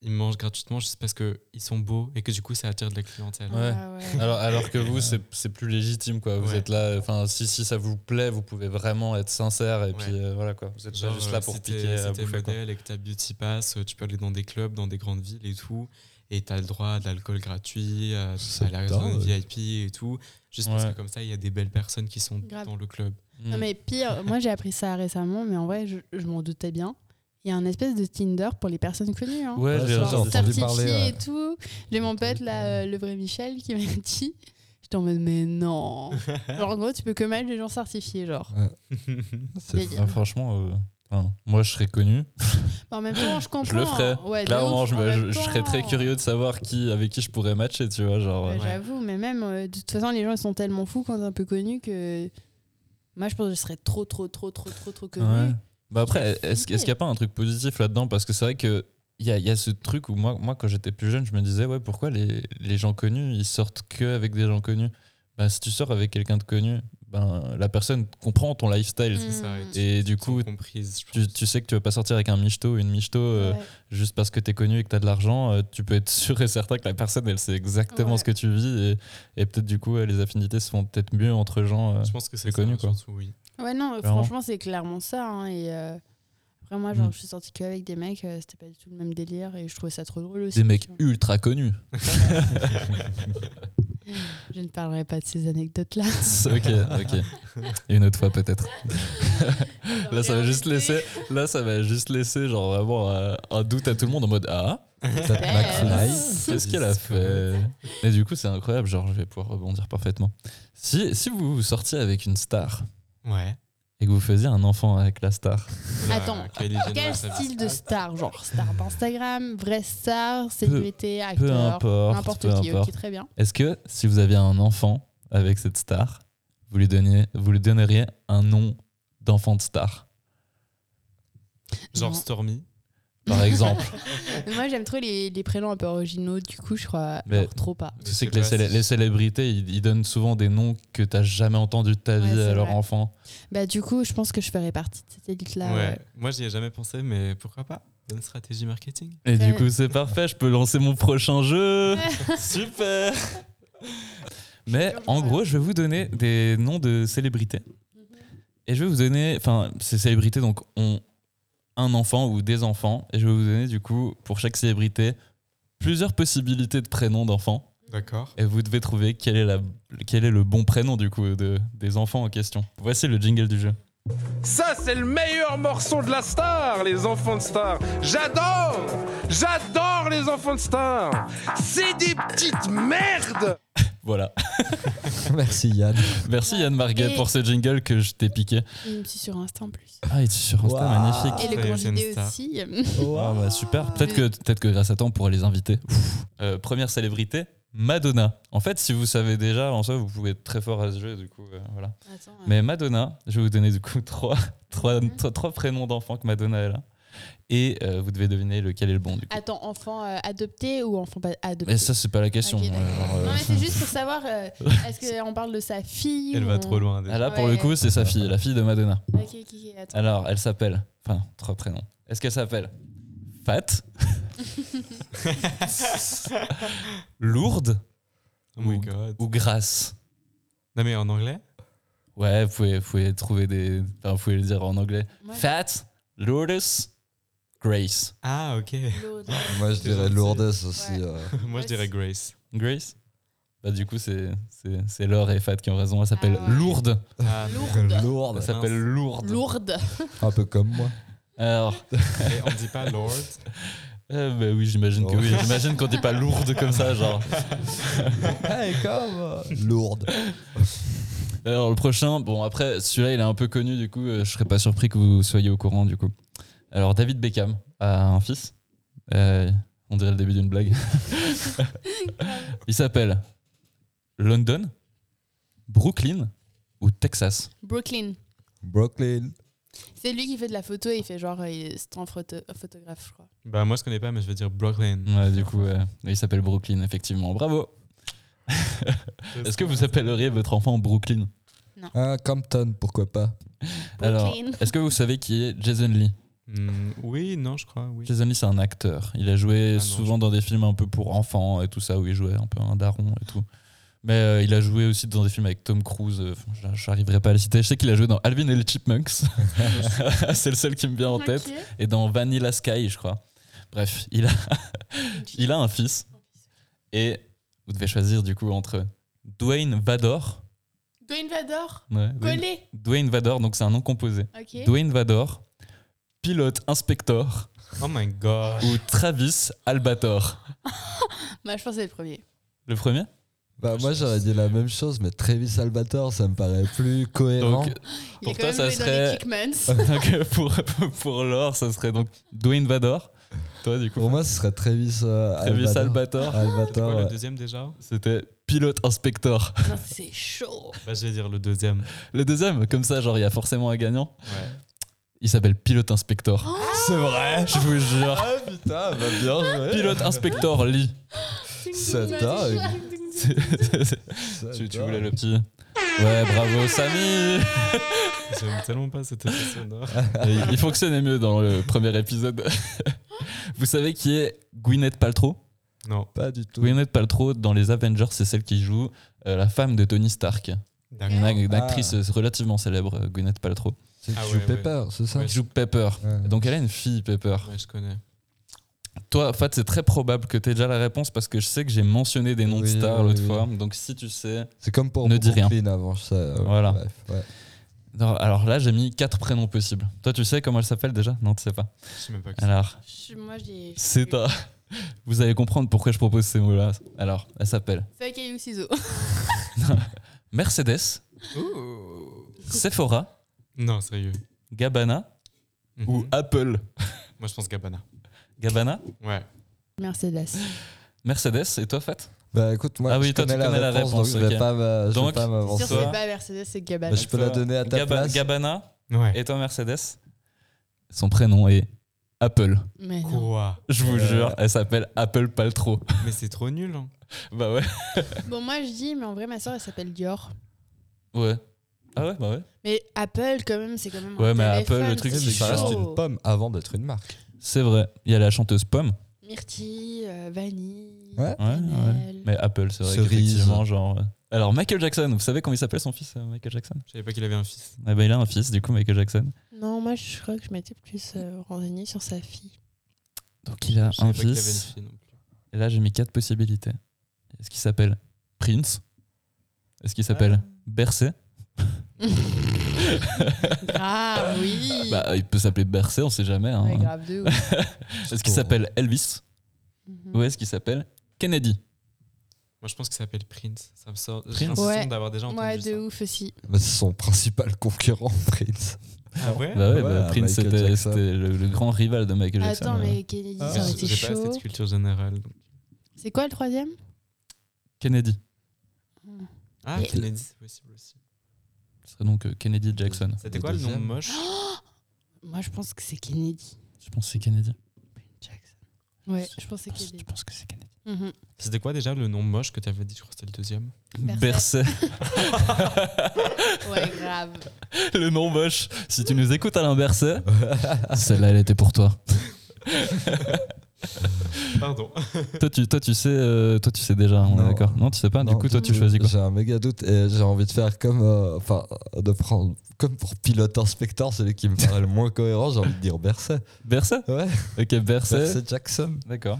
ils mangent gratuitement juste parce qu'ils sont beaux et que du coup ça attire de la clientèle.
Ouais.
Ah ouais.
Alors, alors que vous, c'est c'est plus légitime, quoi. Vous
Ouais.
êtes là, enfin, si, si ça vous plaît, vous pouvez vraiment être sincère et
Ouais.
puis euh, voilà, quoi. Vous êtes
Genre,
pas juste là
euh,
pour
si t'es-
piquer
si
à
t'es
bouffer, quoi.
modèle et que t'as Beauty Pass, euh, tu peux aller dans des clubs, dans des grandes villes et tout, et t'as le droit à de l'alcool gratuit, à,
C'est
à la zone
dingue.
VIP et tout, juste parce
Ouais.
que comme ça, il y a des belles personnes qui sont
Grave.
dans le club.
Non,
Mm.
mais pire, moi j'ai appris ça récemment, mais en vrai, je, je m'en doutais bien. Il y a un espèce de Tinder pour les personnes connues. Hein.
Ouais,
Ouais,
j'ai
ça,
Genre,
j'ai
entendu
sa petite
parler,
fille
ouais.
et tout. J'ai mon pote, là, euh, le vrai Michel, qui m'a *laughs* dit j'étais en mode, mais non.
*laughs*
genre, en gros, tu peux que mal les gens certifiés, genre. *laughs*
C'est
Mais-
Ah, franchement, euh, enfin, moi je serais connu.
En même temps, je comprends. hein.
Je le ferais.
Ouais, de
Clairement,
ouf,
je,
en
me-
même
je- je serais
temps.
très curieux de savoir qui, avec qui je pourrais matcher, tu vois. Genre,
Ouais,
euh,
J'avoue, mais même, euh, de toute façon, les gens, ils sont tellement fous quand t'es un peu connu que. Moi, je pense que je serais trop, trop, trop, trop, trop, trop connu.
Ouais. Bah après,
J'ai
est-ce
flippé.
est-ce qu'il n'y a pas un truc positif là-dedans Parce que c'est vrai que il y a, il y a ce truc où moi, moi quand j'étais plus jeune, je me disais ouais pourquoi les, les gens connus ils sortent que avec des gens connus. Bah, si tu sors avec quelqu'un de connu, ben la personne comprend ton lifestyle.
Mm.
ça.
Et du coup,
comprise, je
Tu,
pense.
tu sais que tu vas pas sortir avec un michto ou une michto euh,
Ouais.
juste parce que t'es connu et que t'as de l'argent. euh, tu peux être *laughs* sûr et certain que la personne elle sait exactement
Ouais.
ce que tu vis et, et peut-être du coup euh, les affinités se font peut-être mieux entre gens. euh.
Je pense que c'est
c'est connu,
ça,
quoi.
surtout, oui.
Ouais, non, euh,
Clairement.
franchement, c'est clairement ça. hein, et euh, après, moi, genre,
Mm.
je suis sortie qu'avec des mecs, euh, c'était pas du tout le même délire et je trouvais ça trop drôle aussi.
Des mecs
tu vois.
ultra connus.
Je ne parlerai pas de ces
*laughs*
anecdotes-là.
ok, ok. Une autre fois peut-être. Là ça va juste laisser, là ça va juste laisser genre vraiment euh, un doute à tout le monde en mode ah
*laughs*
Pat McFly.
qu'est-ce qu'elle a fait Et du coup c'est incroyable genre je vais pouvoir rebondir parfaitement. Si si vous vous sortiez avec une star
Ouais.
et que vous faisiez un enfant avec la star,
Attends,
Kylie Jenner,
Quel
ça-
style de star Genre star d'Instagram, vraie star, célébrité, acteur,
peu importe,
n'importe
peu
qui.
importe.
Ok, très bien.
Est-ce que si vous aviez un enfant avec cette star, vous lui donniez, vous lui donneriez un nom d'enfant de star,
Genre
Non.
Stormy.
*laughs*
par exemple
Mais *laughs* moi, j'aime trop les, les prénoms un peu originaux, du coup, je crois
Mais-
genre, trop pas.
Mais
Tu
je
sais
sais
que les,
pas
célé-
si-
les célébrités, ils, ils donnent souvent des noms que t'as jamais entendus de ta
Ouais,
vie à
c'est
leur
vrai.
enfant.
Bah, du coup, je pense que je ferais partie de cette élite-là.
ouais.
ouais.
Moi, j'y ai jamais pensé, mais pourquoi pas Bonne stratégie marketing.
Et
Ouais.
du coup, c'est parfait, je peux lancer mon prochain jeu. Super. Mais
Je te jure,
en
je
gros, je vais vous donner des noms de célébrités.
Mhm.
Et je vais vous donner, enfin, ces célébrités donc ont un enfant ou des enfants. Et je vais vous donner du coup, pour chaque célébrité, plusieurs possibilités de prénoms d'enfants.
D'accord.
Et vous devez trouver quel est, la, quel est le bon prénom du coup de, des enfants en question. Voici le jingle du jeu.
Ça, c'est le meilleur morceau de la star, les enfants de star. J'adore J'adore les enfants de star C'est des petites merdes
Voilà.
Merci Yann.
Merci Yann Marguet
Et-
pour ce jingle que je t'ai piqué.
Et me suis euh, sur Insta en plus.
Ah, il est sur Insta,
Waouh.
magnifique.
Et le
Ouais,
grand
c'est une
JD
star.
aussi.
Ah, bah, super. Peut-être que, peut que grâce à toi, on pourra les inviter. Ouf. Euh, première célébrité, Madonna. En fait, si vous savez déjà, en soi, vous pouvez être très fort à ce jeu. Du coup, euh, voilà.
*laughs* Attends,
Mais Madonna, je vais vous donner du coup *laughs* trois, trois, trois- trois prénoms d'enfants que Madonna elle a. Et euh, vous devez deviner lequel est le bon. Du coup.
Attends, enfant euh, adopté ou enfant pas adopté
Mais ça, c'est pas la question.
Ok, d'accord.
euh, genre, euh,
Non, mais c'est
*laughs*
juste pour savoir, euh, est-ce qu'on parle de sa fille
Elle
ou
va
on-
trop loin.
Ah
déjà.
là, pour le
Ouais.
coup, c'est sa fille, la fille de Madonna.
Ok, ok, ok, attends.
Alors, elle s'appelle. Enfin, trois prénoms. Est-ce qu'elle s'appelle
*laughs*
Fat Lourde
Oh my god.
ou Grasse
Non, mais en anglais
Ouais, vous pouvez, vous pouvez trouver des. Enfin, vous pouvez le dire en anglais.
Moi,
Fat, Lourdes, Grace.
Ah, ok. *laughs*
Claude.
Moi je dirais
gentil.
Lourdes aussi.
Ouais.
euh.
*laughs*
Moi, je dirais Grace.
Grace Bah, du coup, c'est c'est- c'est Laure et Fat qui ont raison. Elle s'appelle
Ah ouais.
Lourde.
Ah,
Lourde.
Lourdes.
Elle s'appelle
mince.
Lourde.
Lourde.
Un peu comme moi.
Alors,
mais on dit pas Lord.
euh, bah oui, j'imagine que
Oh.
oui. J'imagine qu'on dit pas Lourde comme ça, genre.
Hey, comme Lourdes.
Alors le prochain, bon après celui-là il est un peu connu du coup, euh, je serais pas surpris que vous soyez au courant du coup. Alors David Beckham a un fils. Euh, on dirait le début d'une blague. il s'appelle London, Brooklyn ou Texas.
Brooklyn.
Brooklyn.
C'est lui qui fait de la photo et il fait genre, euh, il- c'est un photo- un photographe, je crois.
Bah, moi, je connais pas, mais je vais dire Brooklyn.
Ouais, du coup euh, il s'appelle Brooklyn effectivement. Bravo. Est-ce que vous appelleriez votre enfant Brooklyn
Hein, Compton, pourquoi pas.
Alors
Brooklyn.
est-ce que vous savez qui est Jason Lee
Hmm, Oui, non, je crois, oui.
Jason Lee, c'est un acteur. Il a joué
Ah non,
souvent dans des films un peu pour enfants et tout ça, où il jouait un peu un daron et tout. Mais euh, il a joué aussi dans des films avec Tom Cruise. euh, enfin, je- je n'arriverai pas à les citer. Je sais qu'il a joué dans Alvin et les
*laughs*
Chipmunks. c'est le seul qui me vient en tête. Et dans Vanilla Sky, je crois. Bref, il a, il a un fils. Et vous devez choisir du coup entre Dwayne Vador.
Dwayne Vador.
Ouais, Dwayne,
Collé.
Dwayne Vador, donc c'est un nom composé.
Ok.
Dwayne Vador, pilote inspector
Oh my god.
ou Travis Albator.
Bah, je pense que c'est le premier.
Le premier
Bah, moi, j'aurais dit la même chose, mais Travis Salvatore, ça me paraît plus cohérent.
Donc,
Il est
Pour
quand
toi,
même
ça
joué dans
serait-
les Kickmans.
*laughs* donc, pour, pour Laure, ça serait donc Dwayne Vador. Toi, du coup.
Pour moi, ce serait Travis, euh,
Travis Albator.
Albator. Albator,
Ah
Quoi,
ouais.
le deuxième déjà
C'était pilote inspector.
Non, C'est chaud.
Bah, je vais dire le deuxième.
Le deuxième, comme ça, genre, il y a forcément un gagnant.
Ouais.
Il s'appelle pilote inspector.
C'est vrai
Je vous jure.
Ah putain, bah bien joué
Pilote inspector
*laughs*
Lee.
Ça dingue.
tu, tu voulais le petit. Ouais, bravo Samy
J'aime tellement pas cette
*laughs*
effet sonore.
Et Il fonctionnait mieux dans le premier épisode. *laughs* Vous savez qui est Gwyneth Paltrow
Non.
Pas du tout.
Gwyneth Paltrow, dans les Avengers, c'est celle qui joue euh, la femme de Tony Stark. Une,
D'accord.
ac- une
Ah.
actrice relativement célèbre, euh, Gwyneth Paltrow.
C'est
Ah ouais,
qui joue
ouais.
Pepper, c'est ça
Elle joue Pepper.
Ouais.
Donc elle a une fille, Pepper.
Ouais, je connais.
Toi, en fait, c'est très probable que tu aies déjà la réponse parce que je sais que j'ai mentionné des noms de
Oui,
stars
oui,
l'autre
oui.
fois. Donc si tu sais.
C'est comme pour
Ne dis rien.
Brooklyn avant, je sais. euh,
Voilà.
bref, ouais.
Non, alors là, j'ai mis quatre prénoms possibles. Toi, tu sais comment elle s'appelle déjà Non, tu sais pas.
Je sais même pas qui c'est.
Alors,
Je- Moi, j'ai.
c'est un. Vous allez comprendre pourquoi je propose ces mots-là. Alors, elle s'appelle
Feuille, caillou, ciseaux.
Mercedes, Sephora,
Non, sérieux.
Gabbana ou
Mhm.
Apple.
Moi, je pense Gabbana.
Gabbana,
Ouais.
Mercedes.
Mercedes, et toi, Fat
Bah écoute, moi
Ah oui,
je
toi, tu
connais, la,
connais la
réponse,
réponse,
donc je vais
ok.
pas me- je vais
Donc,
pas
C'est
m'avancer.
sûr,
Bonsoir.
c'est pas Mercedes, c'est Gabana.
Bah, je peux la donner à ta
Gabba-
place.
Gabbana
Ouais.
et toi, Mercedes. Son prénom est Apple.
Mais non.
Quoi
Je vous
Euh.
jure, elle s'appelle Apple Paltrow.
Mais c'est trop nul. hein.
bah ouais.
Bon, moi, je dis, mais en vrai, ma soeur, elle s'appelle Dior.
Ouais. Ah ouais, bah ouais.
Mais Apple, quand même, c'est quand même.
Ouais,
un
mais Apple,
téléphone,
le truc,
Mais
c'est
ça
que
reste
chaud.
une pomme avant d'être une marque.
C'est vrai. Il y a la chanteuse Pomme.
Myrtille, euh, vanille.
Ouais.
Ouais, ouais.
cannelle.
Mais Apple, c'est vrai
Cerise.
qu'effectivement, genre. euh. Alors, Michael Jackson, vous savez comment il s'appelle son fils, euh, Michael Jackson
Je savais pas qu'il avait un fils.
Eh ben, il a un fils, du coup, Michael Jackson.
Non, moi, je crois que je m'étais plus euh, renseignée sur sa fille.
Donc, il a
Je savais
un
pas qu'il avait une
fils.
fille non plus.
Et là, j'ai mis quatre possibilités. Est-ce qu'il s'appelle Prince Est-ce qu'il s'appelle
Ah.
Bercé
Grave, oui.
Bah, il peut s'appeler Bercé, on sait jamais. hein.
Ouais, grave de ouf.
Est-ce qu'il s'appelle Elvis
Mhm.
ou est-ce qu'il s'appelle Kennedy
Moi, je pense qu'il s'appelle Prince. Ça me sort.
Prince
J'ai l'impression
Ouais.
d'avoir déjà entendu
Ouais,
ça.
de ouf aussi.
Bah, c'est son principal concurrent, *laughs* Prince.
Ah ouais
Bah ouais,
Ouais,
bah, Prince
Michael
c'était
Jackson.
c'était le, le grand rival de Michael Jackson.
Attends,
euh,
mais Kennedy,
Ah.
ça aurait
J'ai-
été
J'ai pas
chaud.
cette culture générale. donc.
C'est quoi le troisième
Kennedy.
Ah,
Et-
Kennedy, c'est possible aussi.
Ce serait donc euh, Kennedy Jackson.
C'était quoi le nom
deuxième.
moche
Moi, je pense que c'est Kennedy.
Je pense que c'est Kennedy.
Jackson. Ouais, je pense que
Je
c'est
pense, je
Kennedy.
pense que c'est Kennedy.
Mhm.
C'était quoi déjà le nom moche que tu avais dit Je crois que c'était le deuxième.
Bercé.
*laughs* Bercé. Ouais, grave.
le nom moche. Si tu nous écoutes, Alain Bercé, celle-là, elle était pour toi.
Pardon.
toi, tu, toi, tu sais, euh, toi, tu sais déjà, on
Non.
est d'accord Non, tu sais pas Ah, Du
Non,
coup, toi,
je-
tu choisis quoi
J'ai un méga doute et j'ai envie de faire comme, euh, enfin, de prendre comme pour pilote inspecteur, celui qui me paraît le moins cohérent. J'ai envie de dire Berset.
Bercé
Ouais,
Ok, Bercé.
Berset Jackson.
D'accord.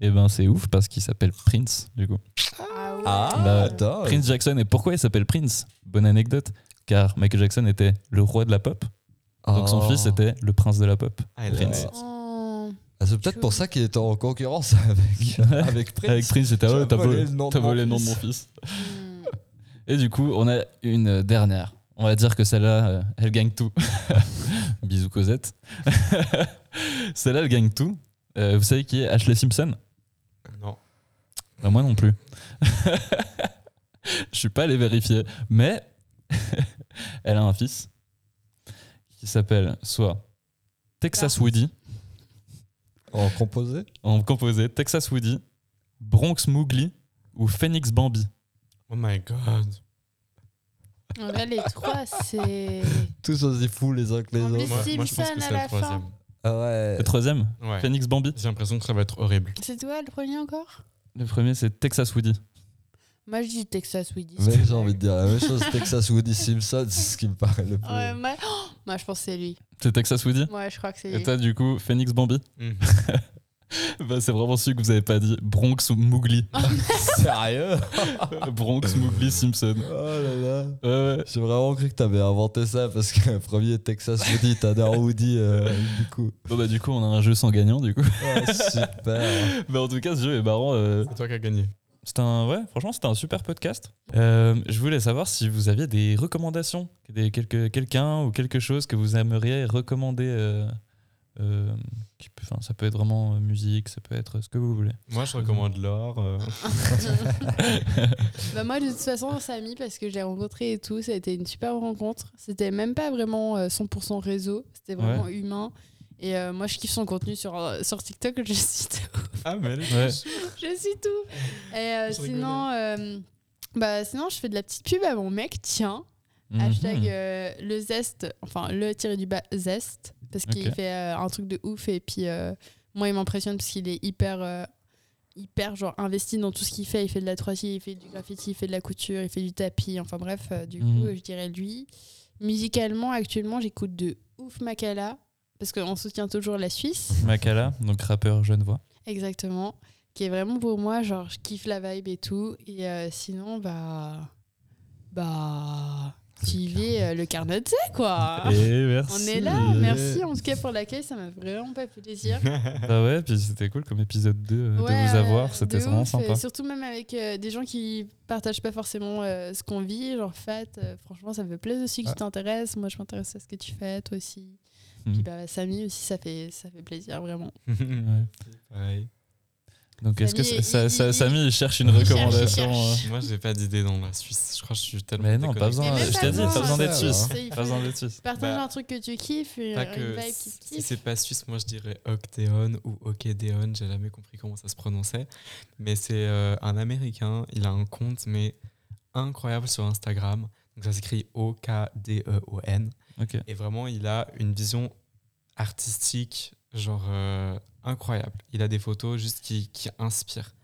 Et ben, c'est ouf parce qu'il s'appelle Prince, du coup.
Ah ouais.
Bah,
attends.
Prince Jackson. Et pourquoi il s'appelle Prince Bonne anecdote. Car Michael Jackson était le roi de la pop. Donc son
Oh.
fils était le prince de la pop.
Ah, elle
Prince.
avait-
Oh.
Ah, c'est peut-être pour ça qu'il était en concurrence avec, avec Prince.
Avec Prince, j'étais, ah ouais,
J'ai
t'as
volé
volé,
le nom de
t'as
mon
volé le nom de
fils.
mon fils.
Hmm.
Et du coup, on a une euh, dernière. On va dire que celle-là, euh, elle gagne tout. *laughs* Bisous Cosette. *laughs* celle-là, elle gagne tout. Euh, vous savez qui est Ashley Simpson
Non.
Bah, Moi non plus. *laughs* Je suis pas allé vérifier. Mais *laughs* elle a un fils qui s'appelle soit Texas Woody,
En composé
en composé Texas Woody, Bronx Mowgli ou Phoenix Bambi.
Oh my god.
En vrai, les trois, c'est.
Tous aussi fous les uns que les
En
autres.
plus-
Moi, moi, je pense
Simpson
que
à
c'est
la
le troisième.
Ah ouais.
Le troisième,
Ouais.
Phoenix Bambi.
J'ai l'impression que ça va être horrible.
C'est toi le premier encore
Le premier, c'est Texas Woody.
Moi, je dis Texas Woody.
Mais j'ai envie de dire la même chose. Texas Woody Simpson, c'est ce qui me paraît le plus.
Ouais, moi... oh, moi, je pense que c'est lui.
C'est Texas Woody.
Ouais, je crois que c'est
Et
lui.
toi, du coup, Phoenix Bambi
Mhm.
*laughs* bah, C'est vraiment celui que vous avez pas dit. Bronx ou Mowgli.
Sérieux
Bronx, Mowgli, Simpson.
Oh là là.
Ouais, ouais.
J'ai vraiment cru que t'avais inventé ça parce que le premier Texas Woody, t'adores Woody euh, du coup.
Bon, bah, du coup, on a un jeu sans gagnant, du coup. *laughs*
Oh, super.
Mais en tout cas, ce jeu est marrant. euh,
C'est toi qui as gagné.
C'était un, ouais, franchement, c'était un super podcast. Euh, je voulais savoir si vous aviez des recommandations, des, quelque, quelqu'un ou quelque chose que vous aimeriez recommander. euh, euh, qui peut- enfin, ça peut être vraiment euh, musique, ça peut être ce que vous voulez.
Moi, je recommande l'or. *laughs* euh,
Bah moi, de toute façon, Samy, parce que je l'ai rencontré et tout, ça a été une super rencontre. C'était même pas vraiment euh, 100% réseau, c'était vraiment humain. Et euh, moi, je kiffe son contenu sur, euh, sur TikTok, je suis tout. *laughs*
Ah, mais elle est
Ouais.
*laughs* chou-
je suis tout. Et euh,
Je rigolais.
sinon, euh, bah, sinon, je fais de la petite pub à mon mec, tiens.
Mhm.
Hashtag euh, le zeste, enfin le tiré du bas zeste, parce qu'il
Ok.
fait euh, un truc de ouf et puis euh, moi il m'impressionne parce qu'il est hyper, euh, hyper genre investi dans tout ce qu'il fait. Il fait de la 3 il fait du graffiti, il fait de la couture, il fait du tapis, enfin bref, euh, du
Mhm.
coup euh, je dirais lui. Musicalement, actuellement j'écoute de ouf Makala, parce qu'on soutient toujours la Suisse.
Makala, donc rappeur genevois.
Exactement. Qui est vraiment pour moi, genre, je kiffe la vibe et tout. Et euh, sinon, bah. Bah. Suivez euh, le carnet de Z,
*laughs*
quoi.
Et merci.
On est là, merci en tout cas pour l'accueil, ça m'a vraiment pas fait
*laughs*
plaisir.
Ah ouais, puis c'était cool comme épisode 2 euh,
Ouais,
de vous
euh,
avoir, c'était
de
vraiment
ouf,
sympa.
euh, Surtout même avec euh, des gens qui partagent pas forcément euh, ce qu'on vit, genre Fat, euh, franchement ça me fait plaisir aussi que
Ah.
tu t'intéresses, moi je m'intéresse à ce que tu fais, toi aussi.
Hmm.
Puis bah Samy aussi, ça fait, ça fait plaisir vraiment.
Ouais.
Pareil.
Donc est-ce que
Samy,
ça, ça,
il-
ça-
il-
Samy, il cherche une
il cherche, il
recommandation
cherche.
euh,
Moi, j'ai pas d'idée dans la Suisse. Je crois que je suis tellement.
Mais non, pas
déconnecté.
besoin,
Mais
je
même
t'ai dit,
besoin,
pas besoin d'être
ça,
suisse.
C'est- il
euh, Pas
faut-
besoin d'être suisse.
Partage
Bah,
un truc que tu kiffes, une,
Pas
euh, une
que
vibe qui te
si
kiffe.
c'est pas suisse, moi je dirais Octéon ou Okedéon, j'ai jamais compris comment ça se prononçait. Mais c'est euh, un américain, il a un compte, mais incroyable sur Instagram. Donc ça s'écrit O-K-D-E-O-N.
Ok.
E Et vraiment, il a une vision artistique, genre euh, incroyable. Il a des photos juste qui, qui inspirent.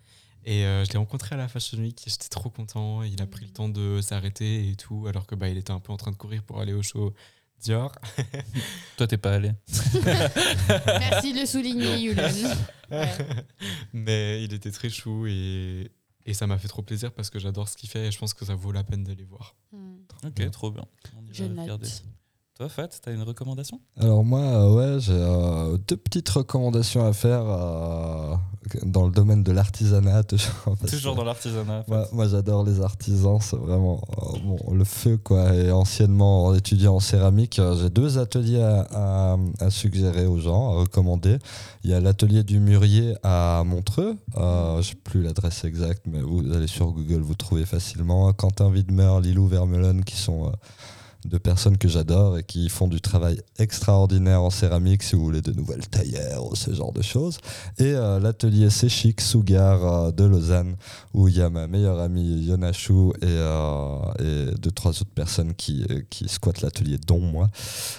Et euh, je l'ai rencontré à la Fashion Week, et j'étais trop content. Il a
Mmh.
pris le temps de s'arrêter et tout, alors que bah, il était un peu en train de courir pour aller au show Dior.
Toi, t'es pas allé.
Merci de le souligner,
*laughs*
Yulen.
*laughs*
Ouais.
Mais il était très chou et, et ça m'a fait trop plaisir parce que j'adore ce qu'il fait et je pense que ça vaut la peine d'aller voir.
Hmm.
Ok, trop bien. On
Je
regarder.
note.
Toi, Fat, t'as une recommandation
Alors moi, euh, ouais, j'ai euh, deux petites recommandations à faire euh, dans le domaine de l'artisanat. Toujours, parce
Toujours
que
dans *laughs* l'artisanat.
Moi, moi, j'adore les artisans, c'est vraiment euh, bon, le feu quoi. Et anciennement, en étudiant en céramique, euh, j'ai deux ateliers à, à- à suggérer aux gens, à recommander. Il y a l'atelier du mûrier à Montreux, euh, je sais plus l'adresse exacte, mais vous allez sur Google, vous trouvez facilement. Quentin Widmer, Lilou Vermeulen, qui sont euh, deux personnes que j'adore et qui font du travail extraordinaire en céramique, si vous voulez de nouvelles taillères ou ce genre de choses. Et euh, l'atelier Séchic Sougar euh, de Lausanne où il y a ma meilleure amie Yonachou et, euh, et deux, trois autres personnes qui, euh, qui squattent l'atelier, dont moi.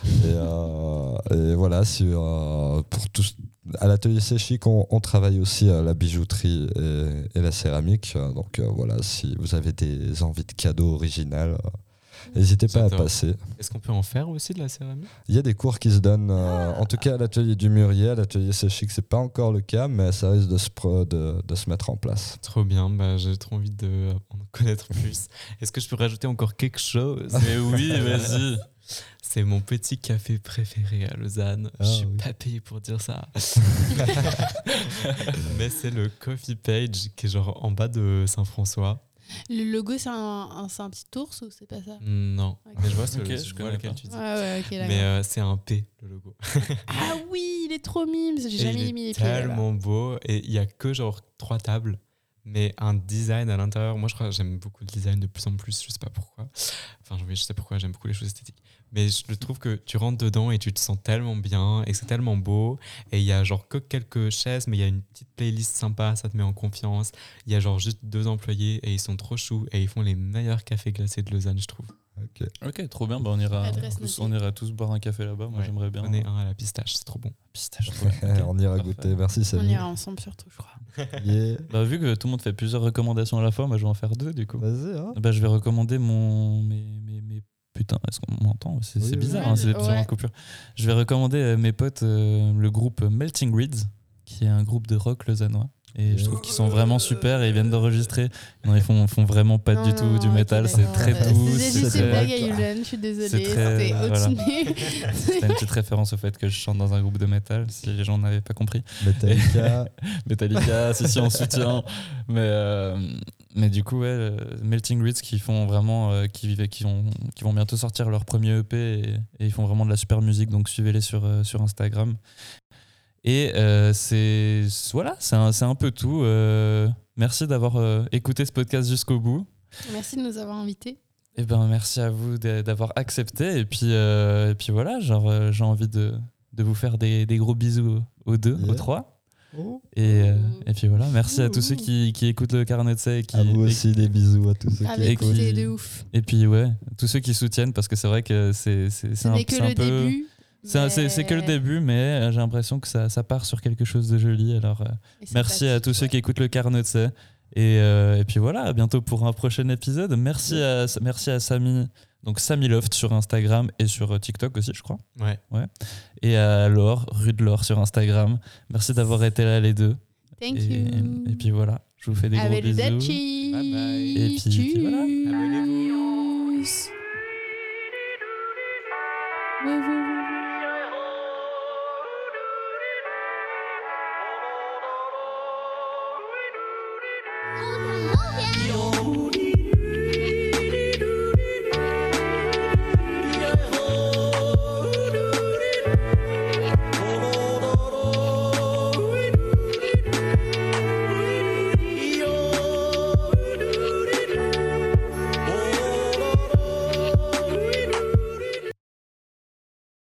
Et, euh, *laughs* et voilà, si, euh, pour tous, à l'atelier Séchic, on, on travaille aussi euh, la bijouterie et, et la céramique. Euh, Donc euh, voilà, si vous avez des envies de cadeaux originales, euh, n'hésitez pas à
J'adore.
passer.
Est-ce qu'on peut en faire aussi de la céramique
Il y a des cours qui se donnent, euh, en tout cas à l'atelier du Mûrier, à l'atelier Séchic, c'est pas encore le cas, mais ça risque de se, pro- de, de se mettre en place.
Trop bien, bah, j'ai trop envie de en connaître plus. Est-ce que je peux rajouter encore quelque chose
Mais *laughs* oui, vas-y.
C'est mon petit café préféré à Lausanne.
Ah,
je suis
oui.
pas payé pour dire *laughs* ça. Mais c'est le Coffee Page qui est genre en bas de Saint-François.
Le logo, c'est un, un- c'est un petit ours ou c'est pas ça
Non, mais je vois, ce,
Ok,
je
je
vois
connais
lequel
pas.
tu dis.
Ah ouais, ok, d'accord.
Mais euh, c'est un P, le logo.
Ah oui, il est trop mime, j'ai
Et
jamais
il
mis
est
les pieds. là-bas.
tellement beau et il y a que genre trois tables mais un design à l'intérieur moi je crois que j'aime beaucoup le design de plus en plus je sais pas pourquoi enfin oui, je sais pourquoi j'aime beaucoup les choses esthétiques mais je trouve que tu rentres dedans et tu te sens tellement bien et c'est tellement beau et il y a genre que quelques chaises mais il y a une petite playlist sympa ça te met en confiance il y a genre juste deux employés et ils sont trop choux et ils font les meilleurs cafés glacés de Lausanne je trouve
Ok.
Ok, trop bien. Bah, on, ira
Adresse
tous,
notée.
on ira tous boire un café là-bas. Moi,
Ouais,
j'aimerais bien.
on est un à la pistache c'est trop bon
Pistache, trop bien. Ok,
on ira
parfait.
goûter, merci
On
Samy.
ira ensemble surtout, je crois.
Yeah.
Bah, vu que tout le monde fait plusieurs recommandations à la fois, moi, je vais en faire deux du coup.
Vas-y, hein.
Bah, je vais recommander mon. Mes, mes, mes- Putain, est-ce qu'on m'entend C'est
Oui,
c'est
oui.
bizarre,
Ouais,
hein, c'est des
ouais.
petits moments de coupure. euh, Je vais recommander à mes potes euh, le groupe Melting Reeds, qui est un groupe de rock lausannois. Et je trouve qu'ils sont vraiment super et ils viennent d'enregistrer. Non, ils font, font vraiment pas
Non,
du
non,
tout
non,
du
ok,
métal, c'est
d'accord.
très
Euh,
doux.
J'ai
c'est
juste une
très- *laughs*
blague à Yulen, je suis désolée,
C'est très-
c'était
voilà.
au-dessus.
*laughs* C'était une petite référence au fait que je chante dans un groupe de métal, si les gens n'avaient pas compris.
Metallica.
Metallica, si si, en soutien. Mais, euh, mais du coup, ouais, euh, Melting Reeds qui font vraiment, euh, qui vivent, qui, ont, qui vont bientôt sortir leur premier EP et, et ils font vraiment de la super musique. Donc suivez-les sur, euh, sur Instagram. Et euh, c'est voilà, c'est un, c'est un peu tout. euh, merci d'avoir euh, écouté ce podcast jusqu'au bout.
Merci de nous avoir invités.
Et ben merci à vous d'a- d'avoir accepté. Et puis euh, et puis voilà, genre euh, j'ai envie de, de vous faire des, des gros bisous aux deux,
Yeah. Oh.
aux trois. Et, euh, et puis voilà, merci à tous ceux
Ouh.
qui, qui écoutent le carnet de C et qui.
À vous
et-
aussi, des bisous à tous ceux qui
Avec
écoute.
écoutent.
des Ah, de ouf.
Et, puis ouais, tous ceux qui soutiennent parce que c'est vrai que c'est c'est
Ce
c'est un,
n'est que
c'est un
le
peu.
début.
c'est un- c'est- c'est que le
mais-
début, mais euh, j'ai l'impression que ça, ça part sur quelque chose de joli. Alors euh,
mais c'est
merci à
pratique,
tous ceux
ouais.
qui écoutent le carnet de C. Et, euh, et puis voilà, à bientôt pour un prochain épisode. Merci à, merci à Samy, donc Samy Loft sur Instagram et sur euh, TikTok aussi, je crois.
Ouais.
Et à Laure, rue de Laure sur Instagram. Merci d'avoir été là les deux.
Thank
et,
you.
et puis voilà, je vous fais des gros bisous.
Arrivederci.
Bye bye.
Et puis- puis voilà.
Abonnez-vous.
Tchuss. Ouais, ouais, ouais.